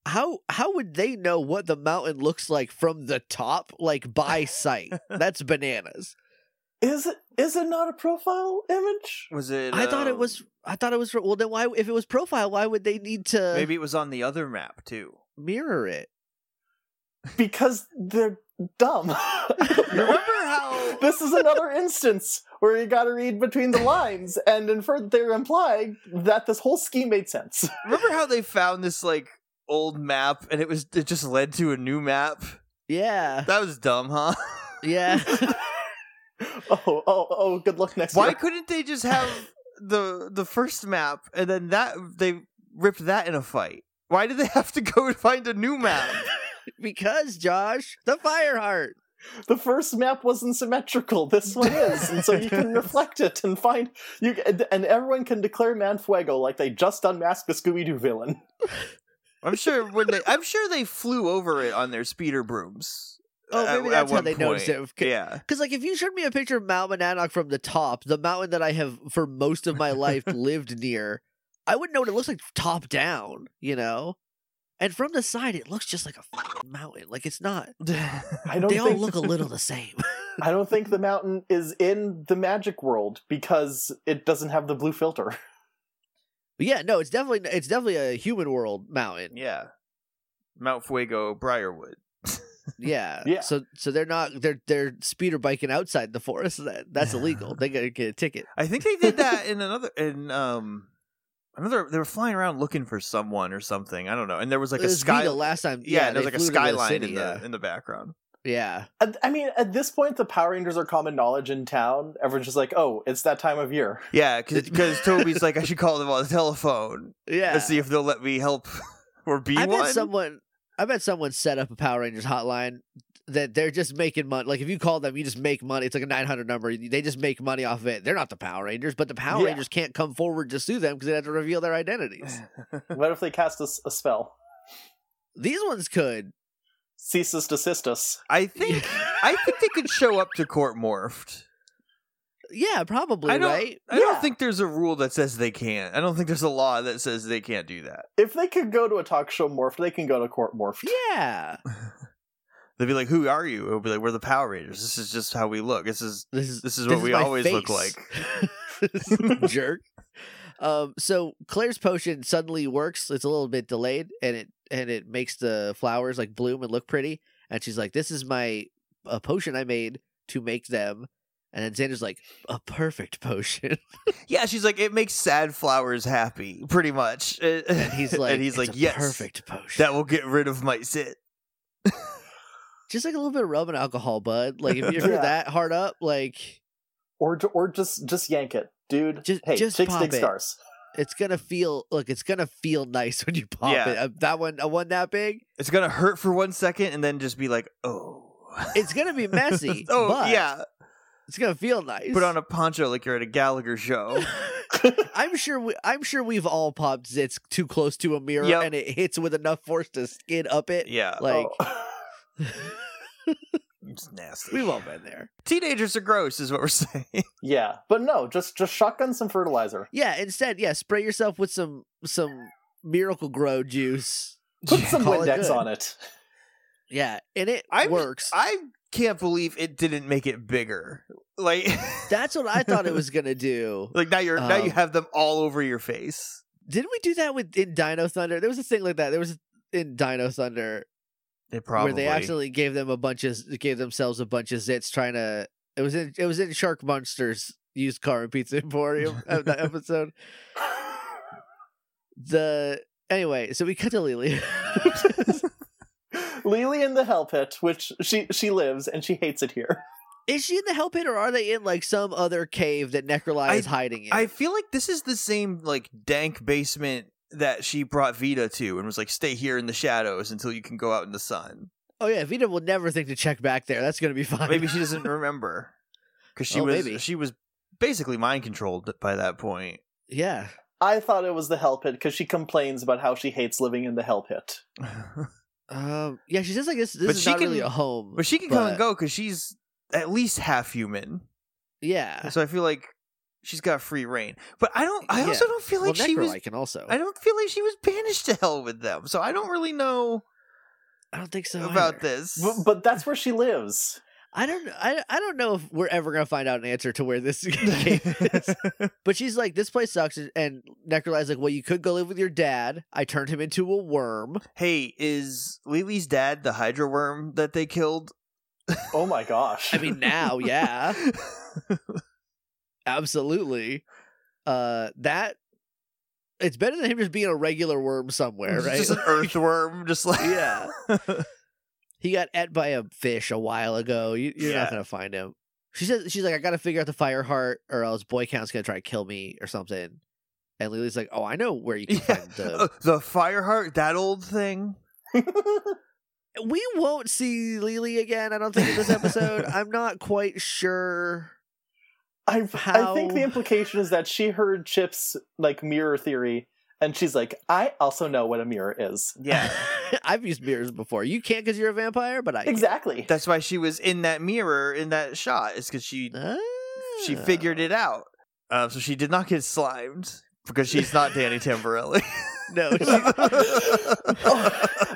B: how how would they know what the mountain looks like from the top like by sight? That's bananas.
C: Is it is it not a profile image?
A: was it?
B: I thought it
A: um,
B: was I thought it was well then why if it was profile, why would they need to
A: Maybe it was on the other map too.
B: mirror it?
C: Because they're dumb. I don't know.
A: Remember how?
C: this is another instance where you gotta read between the lines and infer that they're implying that this whole scheme made sense.
A: Remember how they found this like old map, and it was it just led to a new map.
B: Yeah.
A: That was dumb, huh?
B: Yeah.
C: Oh, oh, oh, good luck next
A: Why
C: year.
A: couldn't they just have the the first map and then that they ripped that in a fight? Why did they have to go and find a new map?
B: because Josh, the Fireheart.
C: The first map wasn't symmetrical. This one is, and so you can reflect it and find you. And everyone can declare Manfuego like they just unmasked the Scooby Doo villain.
A: I'm sure when they I'm sure they flew over it on their speeder brooms.
B: Oh,
A: at-
B: maybe
A: at
B: that's how
A: one
B: they noticed
A: point.
B: it. Okay.
A: Yeah.
B: Because like if you showed me a picture of Mount Monadnock from the top, the mountain that I have for most of my life lived near, I wouldn't know what it looks like top down, you know. And from the side, it looks just like a f***ing mountain. Like it's not.
C: I don't
B: They all
C: think
B: look a little the same.
C: I don't think the mountain is in the magic world because it doesn't have the blue filter.
B: But yeah, no, it's definitely it's definitely a human world mountain.
A: yeah. Mount Fuego Briarwood.
B: Yeah,
C: Yeah.
B: So so they're not they're they're speeder biking outside the forest. That that's illegal. they gotta get a ticket.
A: I think they did that in another in um another they were flying around looking for someone or something. I don't know. And there was like
B: It
A: a
B: was
A: sky
B: Vita last time.
A: Yeah, and there was
B: they
A: like a
B: flew to the
A: skyline
B: city,
A: in the
B: yeah.
A: in the background.
B: yeah.
C: I I mean, at this point, the Power Rangers are common knowledge in town. Everyone's just like, "Oh, it's that time of year."
A: Yeah, because Toby's like, I should call them on the telephone
B: Yeah.
A: and see if they'll let me help or be
B: I bet
A: one.
B: someone I bet someone set up a Power Rangers hotline that they're just making money. Like if you call them, you just make money. It's like a 900 number. They just make money off of it. They're not the Power Rangers, but the Power
C: Yeah.
B: Rangers can't come forward to sue them because they have to reveal their identities.
C: What if they cast us a spell?
B: These ones could.
C: Cease us, desist us.
A: I think I think they could show up to court morphed.
B: Yeah, probably,
A: I don't,
B: right?
A: I don't
C: Yeah.
A: think there's a rule that says they can't. I don't think there's a law that says they can't do that.
C: If they could go to a talk show morphed, they can go to court morphed.
B: Yeah.
A: They'd be like, "Who are you?" It'll be like, "We're the Power Rangers. This is just how we look. This is
B: This is
A: this is what we
B: my
A: always look
B: face.
A: like."
B: jerk. Um, so Claire's potion suddenly works. It's a little bit delayed, and it and it makes the flowers like bloom and look pretty. And she's like, "This is my a potion I made to make them." And then Xander's like, "A perfect potion."
A: Yeah, she's like, "It makes sad flowers happy, pretty much."
B: And he's like,
A: and he's
B: "It's
A: like,
B: a
A: "Yes,
B: perfect potion."
A: that will get rid of my sit."
B: Just like a little bit of rub and alcohol, bud. Like if you're
C: Yeah.
B: that hard up, like
C: Or ju- or just just yank it, dude.
B: Just-
C: hey,
B: just
C: chicks
B: pop
C: dig
B: it.
C: stars.
B: it's gonna feel look, it's gonna feel nice when you pop
A: Yeah.
B: it. Uh, that one, a one that big,
A: It's gonna hurt for one second, and then just be like, "Oh,
B: it's gonna be messy.
A: oh
B: but
A: yeah."
B: it's gonna feel nice.
A: Put on a poncho like you're at a Gallagher show.
B: I'm sure we, I'm sure we've all popped zits too close to a mirror
A: Yep.
B: and it hits with enough force to skid up it.
A: yeah,
B: Like
C: Oh.
A: it's nasty.
B: we've all been there.
A: Teenagers are gross, is what we're saying.
C: yeah, but no, just just shotgun some fertilizer.
B: Yeah, instead, yeah, spray yourself with some some miracle grow juice.
C: Put
A: Yeah.
C: some
B: Call it
C: Windex
B: good.
C: on it.
B: Yeah, and it
A: I'm-
B: works.
A: I can't believe it didn't make it bigger. Like
B: That's what I thought it was gonna do.
A: like now you're now you
B: Um,
A: have them all over your face.
B: Didn't we do that with in Dino Thunder? There was a thing like that. There was in Dino Thunder
A: It probably
B: where they actually gave them a bunch of gave themselves a bunch of zits trying to. It was in it was in Shark Monsters used car and pizza emporium uh, that episode. The anyway, so we cut to Lily.
C: Lily in the hell pit, which she she lives and she hates it here.
B: is she in the hell pit or are they in like some other cave that Necroli
A: I-
B: is hiding in?
A: I feel like this is the same like dank basement that she brought Vita to and was like, stay here in the shadows until you can go out in the sun.
B: oh yeah, Vita will never think to check back there. That's gonna be fine.
A: Maybe she doesn't remember because she
B: Oh,
A: was
B: maybe.
A: she was basically mind controlled by that point.
B: yeah.
C: I thought it was the hell pit because she complains about how she hates living in the hell pit.
B: Um, yeah, she says like this. This
A: But
B: is
A: she
B: not really
A: can-
B: a home.
A: but she can come and
B: But-
A: go because she's at least half human.
B: yeah.
A: So I feel like she's got free reign. But I don't. I
B: Yeah.
A: also don't feel
B: well,
A: like she
B: Necroli
A: was.
B: can also.
A: I don't feel like she was banished to hell with them. So I don't really know
B: I don't think so
A: about
B: either.
A: this.
C: But, but that's where she lives.
B: I don't. I, I don't know if we're ever gonna find out an answer to where this game is. But she's like, this place sucks, and- and Necroli's like, well, you could go live with your dad. I turned him into a worm.
A: hey, is Lily's dad the Hydra worm that they killed?
C: Oh my gosh.
B: I mean, now, yeah, absolutely. Uh, that it's better than him just being a regular worm somewhere, right?
A: Just an earthworm, just like
B: yeah. He got et by a fish a while ago. You, you're
A: Yeah.
B: not gonna find him. She says she's like, I gotta figure out the fire heart, or else Boy Count's gonna try to kill me or something. And Lily's like, Oh, I know where you can
A: Yeah.
B: find the.
A: Uh, the Fireheart, that old thing.
B: We won't see Lily again. I don't think in this episode. I'm not quite sure.
C: I, I think the
B: How-
C: implication is that she heard Chip's like mirror theory, and she's like, I also know what a mirror is.
A: Yeah,
B: I've used mirrors before. You can't because you're a vampire, but I can.
C: Exactly.
A: that's why she was in that mirror in that shot. Is because she
B: Ah.
A: she figured it out. Uh, so she did not get slimed because she's not Danny Tamborelli.
B: No,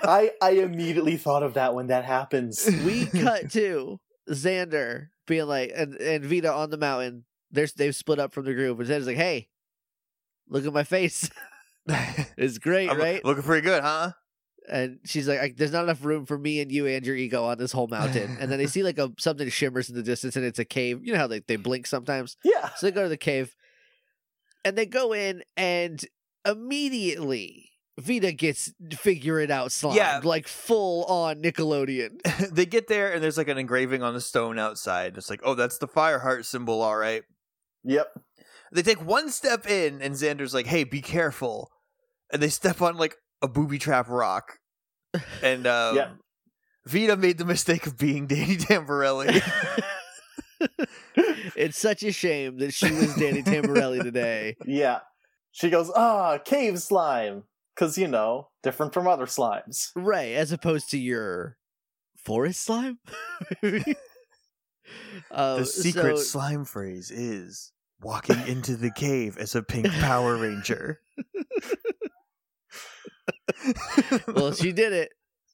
C: I I immediately thought of that when that happens.
B: she- we cut to Xander being like, and, and Vita on the mountain. They're, they've split up from the group, and Xander's like, "Hey, look at my face. It's great,
A: I'm
B: right?"
A: Looking pretty good, huh?
B: and she's like, I, "There's not enough room for me and you and your ego on this whole mountain." And then they see like a something shimmers in the distance, and it's a cave. You know how they they blink sometimes.
C: yeah.
B: So they go to the cave and they go in and immediately Vita gets figure it out slime.
A: Yeah.
B: Like full on Nickelodeon.
A: they get there and there's like an engraving on the stone outside. It's like, oh, that's the Fireheart symbol, all right.
C: Yep.
A: They take one step in and Xander's like, hey, be careful. And they step on like a booby trap rock. And um,
C: Yeah.
A: Vita made the mistake of being Danny Tamborelli.
B: it's such a shame that she was Danny Tamborelli today.
C: Yeah. She goes, ah, cave slime. Cause you know, different from other slimes.
B: Right, as opposed to your forest slime? Uh,
A: the secret
B: so-
A: slime phrase is walking into the cave as a pink Power Ranger.
B: well, she did it,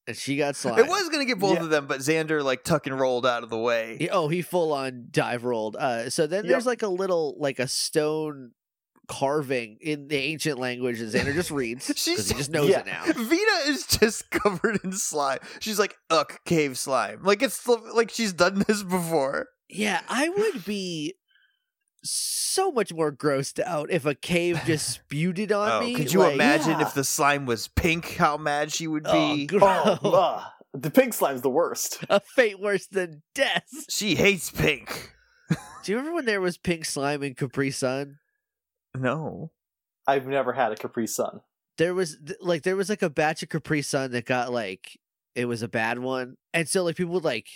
B: and she got slime.
A: It was gonna get both
C: Yeah.
A: of them, but Xander like tuck and rolled out of the way.
B: He- oh, he full on dive rolled. Uh, so then
C: Yep.
B: there's like a little like a stone carving in the ancient language, and Xander just reads
A: She's-
B: because he just knows
C: Yeah.
B: it now.
A: Vita is just covered in slime. She's like, "Uck, cave slime." Like it's like she's done this before.
B: Yeah, I would be so much more grossed out if a cave just spewed it on
A: oh,
B: me.
A: could you
B: like-
A: imagine
C: Yeah.
A: if the slime was pink? How mad she would
B: Oh,
A: be.
B: gross.
C: Oh, ugh. the pig slime's the worst.
B: a fate worse than death.
A: she hates pink.
B: Do you remember when there was pink slime in Capri Sun?
A: No.
C: I've never had a Capri Sun.
B: there was th- like there was like a batch of Capri Sun that got like it was a bad one, and so like people would like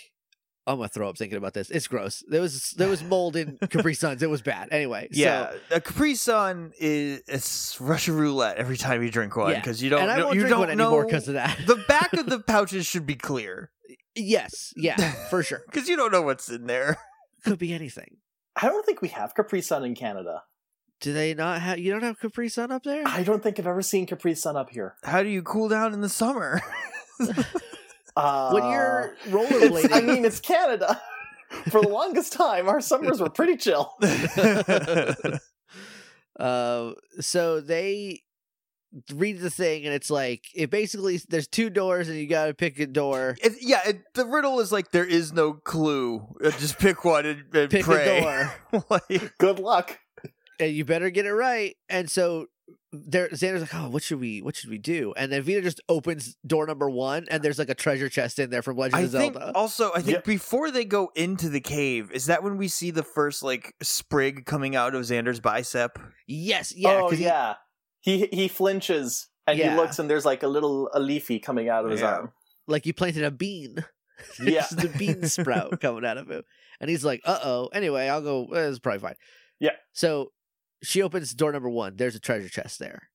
B: I'm gonna throw up thinking about this. It's gross. There was there was mold in Capri Suns. It was bad. Anyway, so-
A: Yeah, a Capri Sun is it's Russian roulette every time you drink one
B: Yeah.
A: because you don't
B: and I
A: know,
B: won't
A: you
B: drink
A: don't
B: one
A: know
B: anymore because of that.
A: the back of the pouches should be clear
B: yes, yeah, for sure.
A: because you don't know what's in there.
B: Could be anything.
C: I don't think we have Capri Sun in Canada.
B: Do they not have? You don't have Capri Sun up there?
C: I don't think I've ever seen Capri Sun up here.
A: How do you cool down in the summer?
C: Uh,
B: when you're rollerblading,
C: it's, I mean, it's Canada. For the longest time, our summers were pretty chill.
B: Uh, so they read the thing, and it's like it basically there's two doors, and you gotta pick a door.
A: It- yeah, it, the riddle is like there is no clue. Uh, Just pick one and, and
B: Pick a
A: pray.
B: door,
A: Like,
C: Good luck.
B: and you better get it right. And so there, Xander's like, "Oh, what should we? What should we do?" And then Vita just opens door number one, and there's like a treasure chest in there from Legend
A: I
B: of
A: think oh,
B: Zelda.
A: also I think
C: Yeah.
A: before they go into the cave, is that when we see the first like sprig coming out of Xander's bicep?
B: yes, yeah,
C: oh
B: 'cause he-
C: yeah. He he flinches and
B: Yeah.
C: he looks and there's like a little a leafy coming out of his
A: Yeah.
C: arm.
B: like you planted a bean.
C: Yeah.
B: It's the bean sprout coming out of him. And he's like, uh oh. Anyway, I'll go. eh, It's probably fine.
C: Yeah.
B: So she opens door number one. There's a treasure chest there.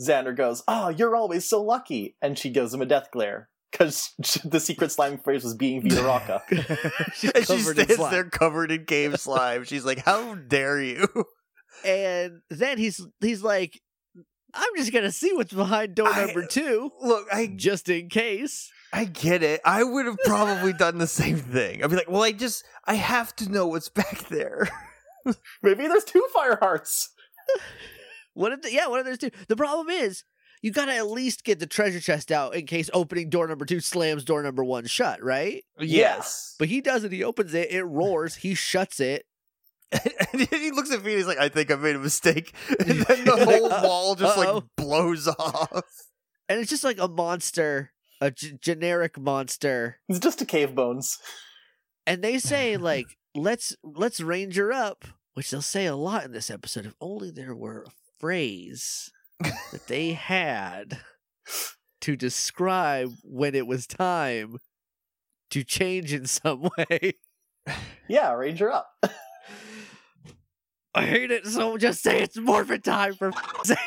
C: Xander goes, "Oh, you're always so lucky," and she gives him a death glare because the secret slime phrase was being Vita Rocca.
B: She's
A: And she
B: covered in
A: stands
B: slime.
A: there covered in cave slime. She's like, "How dare you?"
B: And then he's he's like, I'm just gonna see what's behind door
A: I-
B: number two,
A: Look, I
B: just in case.
A: I get it. I would have probably done the same thing. I'd be like, "Well, I just I have to know what's back there."
C: Maybe there's two fire hearts.
B: What if the, yeah, what if there's two? The problem is you gotta at least get the treasure chest out in case opening door number two slams door number one shut, right?
C: Yes.
B: But he doesn't. He opens it, it roars, he shuts it,
A: And he looks at me and he's like, I think I made a mistake. And then the whole wall just like
B: Uh-oh.
A: blows off.
B: and it's just like a monster, a g- generic monster,
C: It's just a cave bones.
B: and they say like, "Let's let's range her up," which they'll say a lot in this episode. If only there were a phrase that they had to describe when it was time to change in some way.
C: Yeah, ranger up.
B: I hate it so just say it's morphin time for f- sake.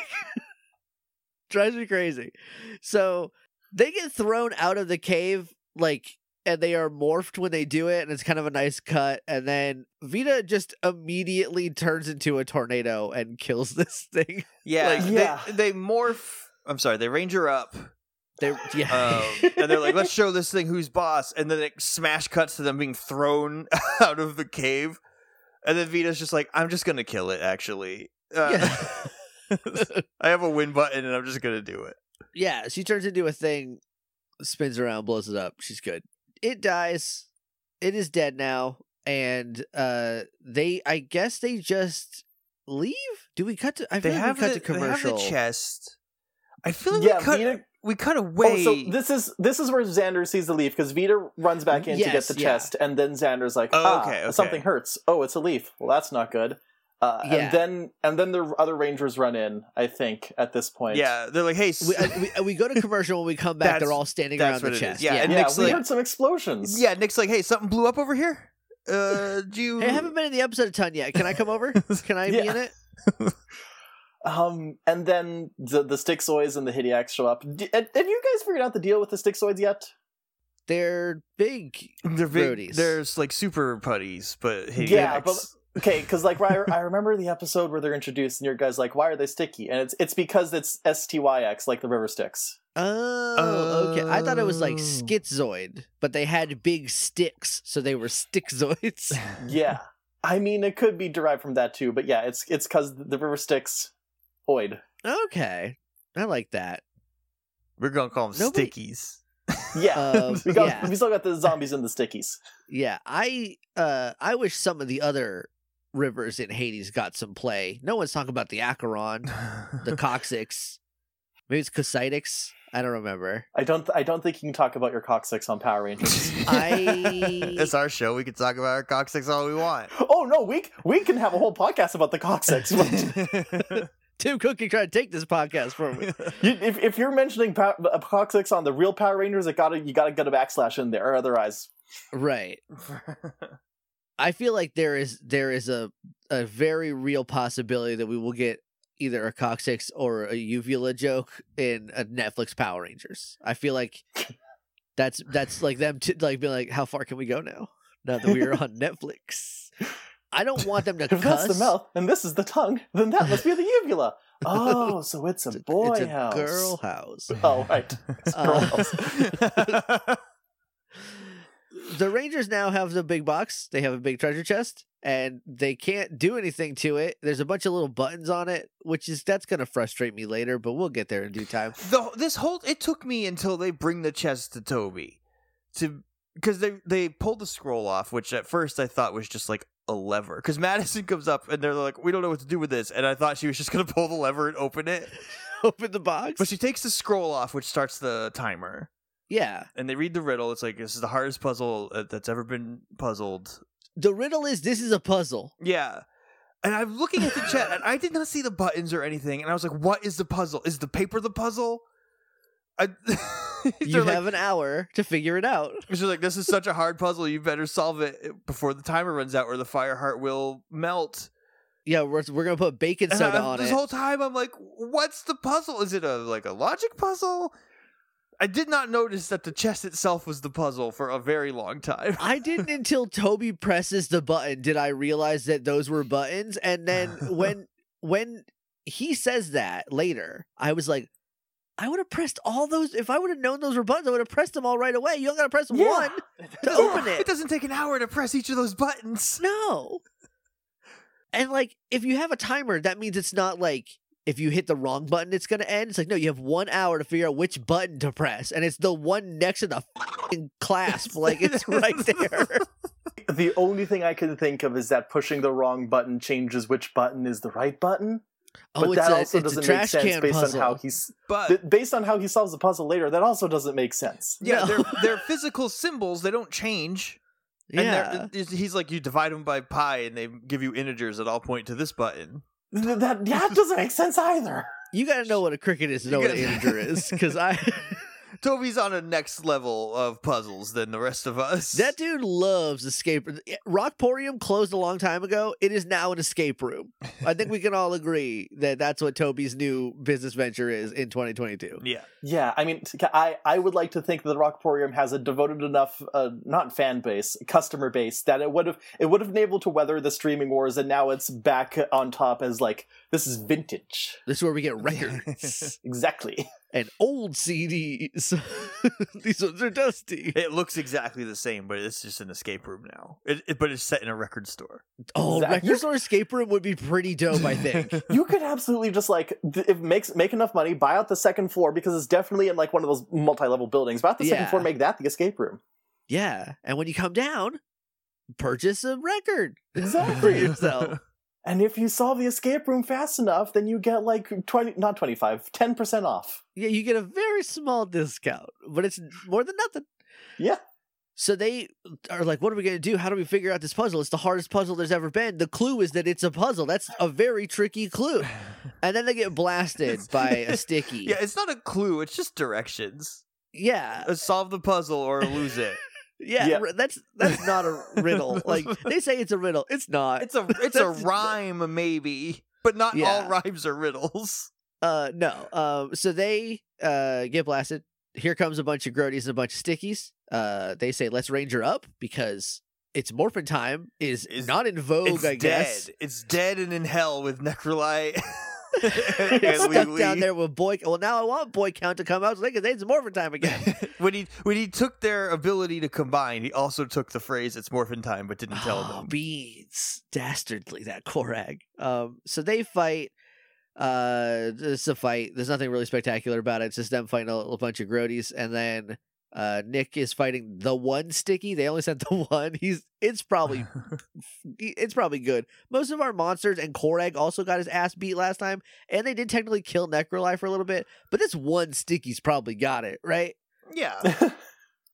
B: Drives me crazy. So they get thrown out of the cave, like and they are morphed when they do it, and it's kind of a nice cut. And then Vita just immediately turns into a tornado and kills this thing.
A: Yeah.
B: Like,
A: they-
C: yeah.
A: They, morph. I'm sorry, they range her up.
B: They yeah.
A: Um, and they're like, let's show this thing who's boss. And then it smash cuts to them being thrown out of the cave. And then Vita's just like, I'm just going to kill it, actually. Uh, I have a win button and I'm just going to do it.
B: yeah, she turns into a thing, spins around, blows it up. She's good. It dies. It is dead now, and uh they, I guess they just leave. Do we cut to? I
A: They,
B: feel like
A: have,
B: we cut
A: the,
B: to commercial.
A: they have the chest. I feel like
C: yeah,
A: we, cut,
C: Vita.
A: we cut
C: Oh,
A: away.
C: so this is this is where Xander sees the leaf because Vita runs back in to get
B: Yes,
C: the
B: yeah.
C: chest, and then Xander's like,
A: Oh,
C: ah,
A: okay, okay.
C: something hurts. Oh, it's a leaf. Well, that's not good. Uh,
B: Yeah.
C: And then and then the other rangers run in. I think at this point,
A: yeah, they're like, hey, s-
B: We, I- we, we go to commercial when we come back.
A: That's-
B: They're all standing around
A: that's
B: the
A: what it is.
B: chest.
A: Yeah, and
C: yeah,
A: Nick's
C: we
A: like-
C: heard some explosions.
A: Yeah, Nick's like, hey, something blew up over here. Uh, do you?
B: Hey, I haven't been in the episode a ton yet. Can I come over? Can I be
C: Yeah.
B: in it?
C: Um, and then the the Styxoids and the Hideax show up. D- have have you guys figured out the deal with the Styxoids yet?
B: They're big.
A: they're big.
B: Roadies.
A: There's like super putties, but hey,
C: Yeah,
A: Max.
C: Okay, because like I, I remember the episode where they're introduced, and your guy's like, "Why are they sticky?" And it's it's because it's STYX, like the river sticks.
B: Oh, okay. I thought it was like
A: Oh.
B: schizoid, but they had big sticks, so they were stickzoids.
C: Yeah, I mean it could be derived from that too, but yeah, it's it's because the river sticks. Oid.
B: Okay. I like that.
A: we're gonna call them
B: Nobody-
A: stickies.
C: Yeah,
B: Um,
C: we got
B: yeah.
C: we still got the zombies and the stickies.
B: Yeah. I uh I wish some of the other rivers in Hades got some play. No one's talking about the Acheron, the Coccyx. Maybe it's Cocytix. I don't remember.
C: I don't th- I don't think you can talk about your coccyx on Power Rangers.
B: I-
A: It's our show. We can talk about our coccyx all we want.
C: oh no, we c- we can have a whole podcast about the coccyx.
B: Tim Cook can try to take this podcast from me.
C: You, if, if you're mentioning pow- uh, coccyx on the real Power Rangers, it gotta you gotta get a backslash in there, or otherwise,
B: right. I feel like there is there is a a very real possibility that we will get either a coccyx or a uvula joke in a Netflix Power Rangers. I feel like that's that's like them to like being like, how far can we go now? Now that we're on Netflix, I don't want them to
C: if
B: cuss.
C: that's the mouth and this is the tongue, then that must be the uvula. Oh, so it's
B: It's
C: a
B: a- Uh,
C: boy
B: it's a
C: house.
B: girl house.
C: Oh, right. It's a girl
B: Uh,
C: house.
B: the Rangers now have the big box. They have a big treasure chest, and they can't do anything to it. There's a bunch of little buttons on it, which is that's gonna frustrate me later, but we'll get there in due time.
A: The this whole it took me until they bring the chest to Toby to because they they pulled the scroll off, which at first I thought was just like a lever. Because Madison comes up and they're like, "We don't know what to do with this," and I thought she was just gonna pull the lever and open it,
B: Open the box.
A: but she takes the scroll off, which starts the timer.
B: yeah.
A: And they read the riddle. It's like this is the hardest puzzle uh, that's ever been puzzled.
B: The riddle is this is a puzzle.
A: Yeah. And I'm looking at the chat and I did not see the buttons or anything. And I was like, what is the puzzle? Is the paper the puzzle? I,
B: You
A: they're like,
B: have an hour to figure it out.
A: she's like, this is such a hard puzzle. You better solve it before the timer runs out or the fire heart will melt.
B: Yeah, we're, we're gonna put bacon
A: And
B: soda
A: I'm-
B: on
A: Uh-huh. this
B: it.
A: whole time, I'm like, what's the puzzle? Is it a like a logic puzzle? I did not notice that the chest itself was the puzzle for a very long time.
B: I didn't until Toby presses the button did I realize that those were buttons. And then when when he says that later, I was like, I would have pressed all those. If I would have known those were buttons, I would have pressed them all right away. You don't got to press
C: Yeah.
B: one to open it.
A: It doesn't take an hour to press each of those buttons.
B: No. And like, if you have a timer, that means it's not like if you hit the wrong button, it's gonna end. It's like no, you have one hour to figure out which button to press, and it's the one next to the fing clasp. Like it's right there.
C: The only thing I can think of is that pushing the wrong button changes which button is the right button.
B: oh,
C: but
B: it's
C: that
B: a,
C: also
B: it's
C: doesn't
B: a
C: make
B: trash
C: sense
B: can
C: based
B: puzzle.
C: on how he's
A: But
C: th- based on how he solves the puzzle later. That also doesn't make sense.
A: Yeah,
B: No.
A: they're they're physical symbols. They don't change.
B: yeah,
A: And they're, he's like, you divide them by pi, and they give you integers that all point to this button.
C: Th- that that doesn't make sense either.
B: you gotta know what a cricket is to know what an
A: gotta-
B: integer is, because I
A: Toby's on a next level of puzzles than the rest of us.
B: that dude loves escape. eh, Rockporium closed a long time ago. It is now an escape room. I think we can all agree that that's what Toby's new business venture is in 2022.
A: yeah,
C: Yeah, I mean, t- I I would like to think that the Rockporium has a devoted enough, uh, not fan base, customer base that it would have it would have been able to weather the streaming wars, and now it's back on top as like this is vintage.
B: This is where we get records
C: Exactly.
B: and old CDs. These ones are dusty.
A: it looks exactly the same, but it's just an escape room now. It, it- but it's set in a record store.
B: Oh,
C: Zach,
B: record
C: you-
B: store escape room would be pretty dope, I think.
C: you could absolutely just like th- if makes make enough money, buy out the second floor because it's definitely in like one of those multi level buildings. Buy out the second
B: Yeah.
C: floor, make that the escape room.
B: yeah. And when you come down, purchase a record for
C: Exactly.
B: yourself.
C: and if you solve the escape room fast enough, then you get like twenty, not twenty five, ten percent off.
B: Yeah, you get a very small discount, but it's more than nothing.
C: Yeah.
B: So they are like, what are we going to do? How do we figure out this puzzle? It's the hardest puzzle there's ever been. The clue is that it's a puzzle. That's a very tricky clue. And then they get blasted
A: It's-
B: by a sticky.
A: Yeah, it's not a clue. It's just directions.
B: yeah.
A: Uh, solve the puzzle or lose it.
B: Yeah,
C: Yeah.
B: ri- that's that's not a riddle. Like they say it's a riddle. It's not.
A: It's a it's a
B: That's-
A: rhyme maybe, but not all
B: Yeah.
A: rhymes are riddles.
B: Uh no. Um so they uh get blasted. Here comes a bunch of grodies and a bunch of stickies. Uh they say let's ranger up because it's morphin time is
A: Is-
B: not in vogue,
A: it's
B: I
A: dead.
B: guess.
A: It's dead and in hell with Necrolite.
B: It's
A: and
B: stuck
A: Lili.
B: down there with boy. Well, now I want boy count to come out so they can say it's morphin time again.
A: when he when he took their ability to combine, he also took the phrase "It's morphin time," but didn't tell
B: Oh,
A: them.
B: beans. Dastardly, that Korag. Um, so they fight. Uh, it's a fight. There's nothing really spectacular about it. It's just them fighting a, a bunch of Grodies, and then uh, Nick is fighting the one Sticky. They only sent the one. He's it's probably it's probably good. Most of our monsters and Korag also got his ass beat last time, and they did technically kill Necroli for a little bit. But this one Sticky's probably got it right.
A: yeah,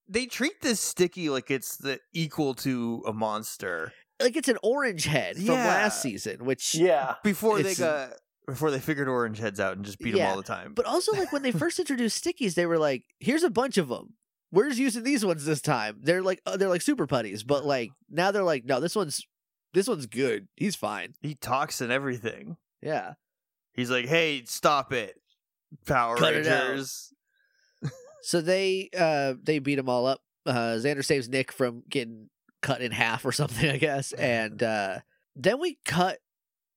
A: they treat this sticky like it's the equal to a monster
B: Like it's an orange head from
A: Yeah.
B: last season, which
C: yeah.
A: before they
B: It's-
A: got before they figured orange heads out and just beat them
B: Yeah,
A: all the time.
B: But also, like when they first introduced stickies, they were like, "Here's a bunch of them. We're just using these ones this time." They're like, oh, they're like super putties, but like now they're like, "No, this one's this one's good. He's fine."
A: he talks and everything.
B: Yeah,
A: He's like, "Hey, stop it, Power
B: Cut it out."
A: Rangers."
B: so they uh they beat them all up. Uh Xander saves Nick from getting cut in half or something, I guess. And uh then we cut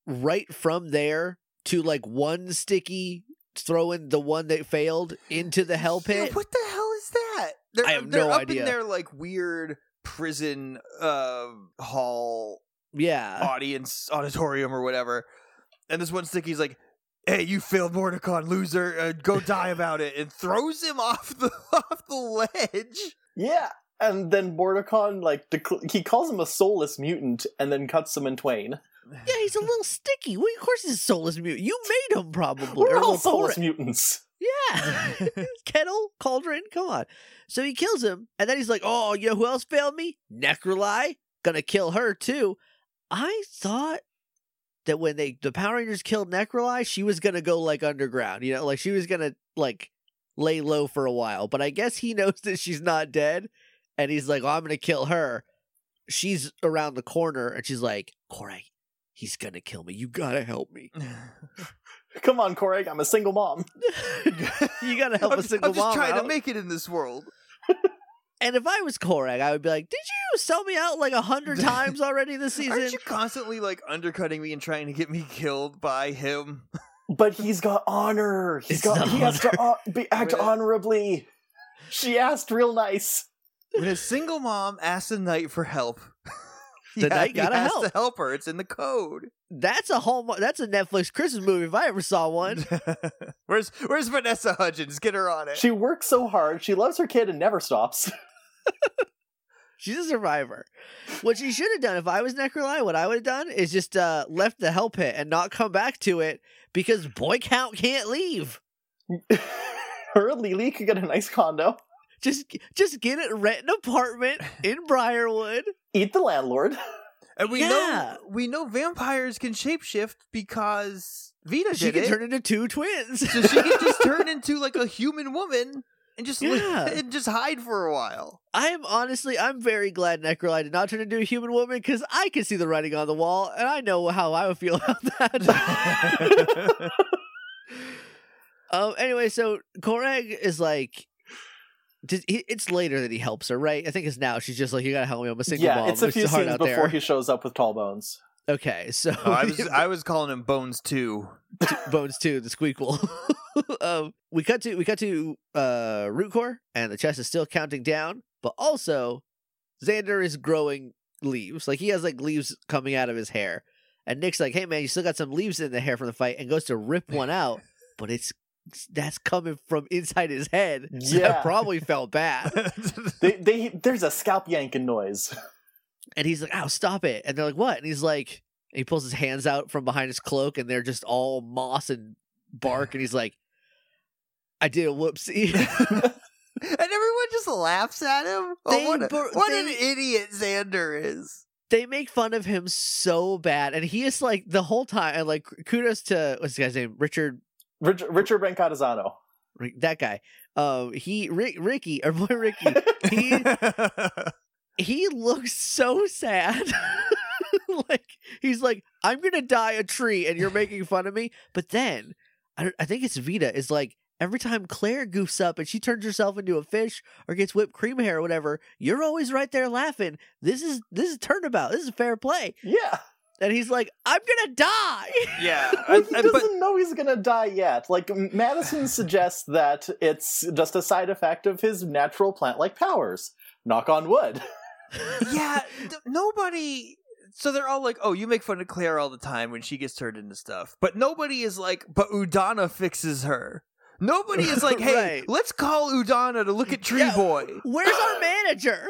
B: right from there to like one sticky throwing the one that failed into the hell
A: Yeah,
B: pit.
A: what the hell is that? They're,
B: I have
A: they're
B: no
A: up
B: idea.
A: in their like weird prison uh, hall
B: Yeah.
A: audience auditorium or whatever. And this one sticky's like, "Hey, you failed Morticon, loser! Uh, go die about it!" and throws him off the off the ledge.
C: Yeah. And then Mordecon, like, dec- he calls him a soulless mutant and then cuts him in twain.
B: Yeah, he's a little sticky. Well, of course he's a soulless mutant. You made him probably. or
C: We're all
B: we'll
C: soulless
B: pour it.
C: mutants.
B: Yeah. Kettle, cauldron, come on. So he kills him, and then he's like, oh, you know who else failed me? Necroli. Gonna kill her too. I thought that when they the Power Rangers killed Necroli, she was gonna go like underground, you know, like she was gonna like lay low for a while. But I guess he knows that she's not dead, and he's like, well, I'm gonna kill her. She's around the corner, and she's like, Corey, he's gonna kill me. You gotta help me.
C: Come on, Korg, I'm a single mom.
B: you gotta help
A: I'm,
B: a single
A: I'm just
B: mom
A: trying
B: out.
A: to make it in this world.
B: and if I was Korag, I would be like, "Did you sell me out like a hundred times already this season?"
A: Aren't you constantly like undercutting me and trying to get me killed by him?
C: But he's got honor.
B: It's
C: He's got
B: not
C: he has to hon- be, act
A: Right.
C: honorably. She asked real nice.
A: When a single mom asks a knight for help,
B: The knight
A: he
B: gotta
A: has to
B: help.
A: help her. It's in the code.
B: That's a hallmark. That's a Netflix Christmas movie if I ever saw one.
A: where's Where's Vanessa Hudgens? Get her on it.
C: She works so hard. She loves her kid and never stops.
B: She's a survivor. What she should have done if I was Necroli, what I would have done is just uh, left the hell pit and not come back to it because Boy Count can't leave.
C: her and Lily could get a nice condo,
B: Just, just get it. Rent an apartment in Briarwood.
C: eat the landlord.
A: And we
B: Yeah.
A: know we know vampires can shapeshift because Vita
B: She
A: did
B: can
A: it.
B: turn into two twins.
A: so she can just turn into like a human woman and just li-
B: Yeah.
A: and just hide for a while.
B: I'm honestly, I'm very glad Necroli did not turn into a human woman because I can see the writing on the wall, and I know how I would feel about that.
A: Oh,
B: um. Anyway, so Korag is like, did he, it's later that he helps her, right? I think it's now. She's just like, you gotta help me. I'm a single
C: yeah,
B: mom.
C: it's a few
B: hard
C: scenes
B: out
C: before
B: there.
C: he shows up with tall bones.
B: Okay, so
A: I was I was calling him Bones too.
B: Bones too, the squeakquel. um, we cut to we cut to uh root core, and the chest is still counting down, but also Xander is growing leaves. Like he has like leaves coming out of his hair. And Nick's like, "Hey man, you still got some leaves in the hair from the fight," and goes to rip one out, but it's that's coming from inside his head. So
C: Yeah.
B: that probably felt bad.
C: They, they, there's a scalp yanking noise.
B: And he's like, "Ow, stop it!" And they're like, "What?" And he's like, and he pulls his hands out from behind his cloak, and they're just all moss and bark. And he's like, "I did a whoopsie."
A: and everyone just laughs at him. Oh,
B: They
A: what a-
B: bur-
A: what an
B: they-
A: idiot Xander is.
B: they make fun of him so bad, and he is like the whole time. And like, kudos to what's the guy's name, Richard,
C: Richard, Richard Brancatizano.
B: Rick- that guy. Um, he Rick, Ricky, or boy Ricky, he he looks so sad. like he's like, I'm gonna die a tree, and you're making fun of me. But then, I, don't- I think it's Vita is like every time Claire goofs up and she turns herself into a fish or gets whipped cream hair or whatever, you're always right there laughing. This is this is turnabout. This is fair play.
C: Yeah.
B: And he's like, I'm gonna die.
A: yeah,
C: Like, he
A: I- I-
C: doesn't know he's gonna die yet. Like M- Madison suggests that it's just a side effect of his natural plant-like powers. Knock on wood.
A: yeah, th- nobody. So they're all like, "Oh, you make fun of Claire all the time when she gets turned into stuff," but nobody is like, "But Udana fixes her." Nobody is like, "Hey,
B: Right.
A: let's call Udana to look at Tree
B: Yeah.
A: Boy."
B: Where's our manager?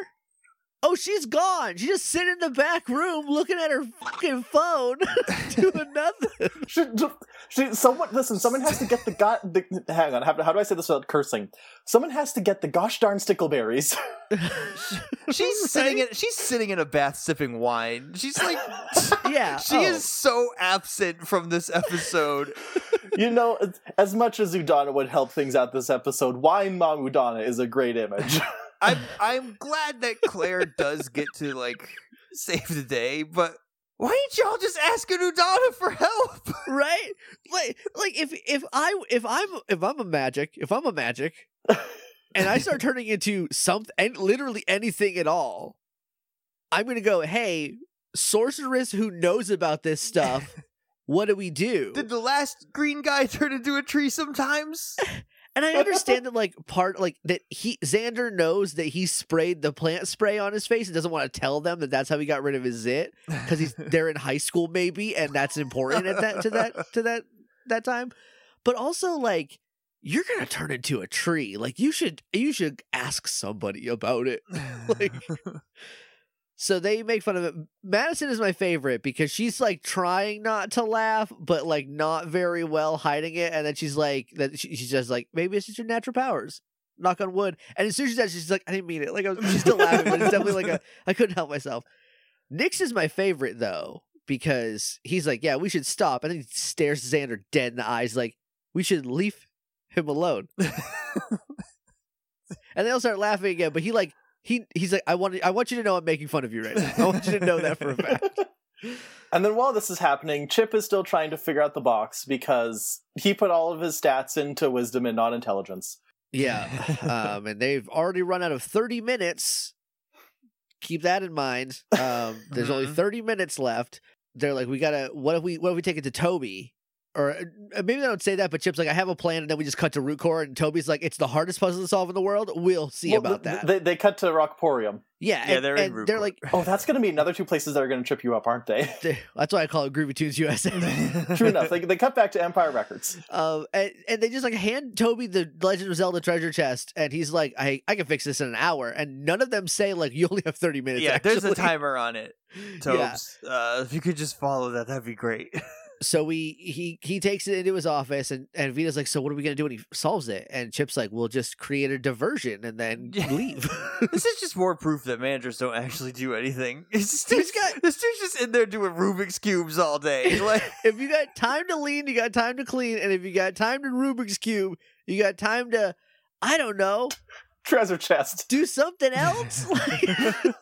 B: Oh, she's gone. She's just sitting in the back room looking at her fucking phone, doing nothing.
C: Should, should, someone listen. Someone has to get the god. The, hang on. How, how do I say this without cursing? Someone has to get the gosh darn stickleberries.
A: She's
B: Right?
A: sitting in she's sitting in a bath sipping wine. She's like,
B: Yeah.
A: she
B: oh.
A: is so absent from this episode.
C: you know, as- as much as Udana would help things out this episode, wine mom Udana is a great image.
A: I'm I'm glad that Claire does get to like save the day, but why ain't y'all just asking Udana for help?
B: right. Like, like if if I if I'm if I'm a magic if I'm a magic, and I start turning into something and literally anything at all, I'm gonna go. Hey, sorceress who knows about this stuff, what do we do?
A: Did the last green guy turn into a tree sometimes?
B: And I understand that, like, part like that he Xander knows that he sprayed the plant spray on his face and doesn't want to tell them that that's how he got rid of his zit because he's they're in high school maybe and that's important at that to that to that that time. But also, like, you're gonna turn into a tree. Like, you should you should ask somebody about it. Like, so they make fun of it. Madison is my favorite because she's like trying not to laugh, but like not very well hiding it. And then she's like, that she, she's just like, maybe it's just your natural powers. Knock on wood. And as soon as she says, she's like, I didn't mean it. Like I was, she's still laughing, but it's definitely like a, I couldn't help myself. Nix is my favorite though because he's like, yeah, we should stop. And then he stares Xander dead in the eyes, like, we should leave him alone. and they all start laughing again, but he like he he's like, I want I want you to know I'm making fun of you right now. I want you to know that for a fact.
C: And then while this is happening, Chip is still trying to figure out the box because he put all of his stats into wisdom and not intelligence.
B: Yeah.
A: uh,
B: Um, and they've already run out of 30 minutes. Keep that in mind. Um, there's only
A: Mhm.
B: 30 minutes left. They're like, we gotta. What if we? What if we take it to Toby? Or uh, maybe they don't say that, but Chip's like, I have a plan, and then we just cut to root core, and Toby's like, it's the hardest puzzle to solve in the world. We'll see
C: Well,
B: about
C: th-
B: that.
C: They, they cut to Rockporium.
B: yeah,
A: Yeah,
B: and,
A: they're
B: they're,
A: in
B: and
A: root
B: they're
A: core.
B: like,
C: Oh, that's going to be another two places that are going to trip you up, aren't they?
B: that's why I call it Groovy Tunes USA.
C: True enough. They, they cut back to Empire Records.
B: Um, and, and they just like hand Toby the Legend of Zelda treasure chest, and he's like, "I I can fix this in an hour." And none of them say like, "You only have thirty minutes."
A: yeah, there's a
B: actually.
A: timer on it.
B: Yeah.
A: Tobes, uh, if you could just follow that, that'd be great.
B: So we he he takes it into his office, and and Vita's like, "So what are we gonna do?" And he solves it, and Chip's like, "We'll just create a diversion and then
A: Yeah.
B: leave."
A: this is just more proof that managers don't actually do anything. This dude's,
B: Dude's got-
A: this dude's just in there doing Rubik's cubes all day. Like,
B: if you got time to lean, you got time to clean, and if you got time to Rubik's cube, you got time to. I don't know.
C: Treasure chest.
B: do something else. Like,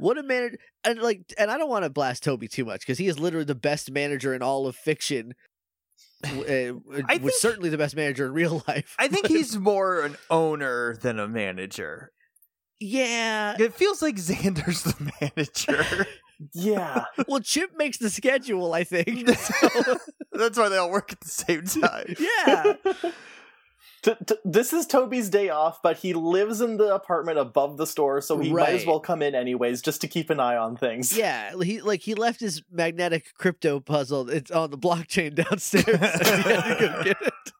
B: what a manager! And like, and I don't want to blast Toby too much because he is literally the best manager in all of fiction. w- Uh,
A: I
B: was
A: think-
B: certainly the best manager in real life.
A: I think he's more an owner than a manager.
B: yeah.
A: It feels like Xander's the manager.
C: Yeah.
B: Well, Chip makes the schedule. I think.
A: That's why they all work at the same time.
B: Yeah.
C: T- t- this is Toby's day off, but he lives in the apartment above the store, so he might as
B: Right.
C: well come in anyways, just to keep an eye on things.
B: Yeah. He like he left his magnetic crypto puzzle. It's on the blockchain downstairs. He had to go get it.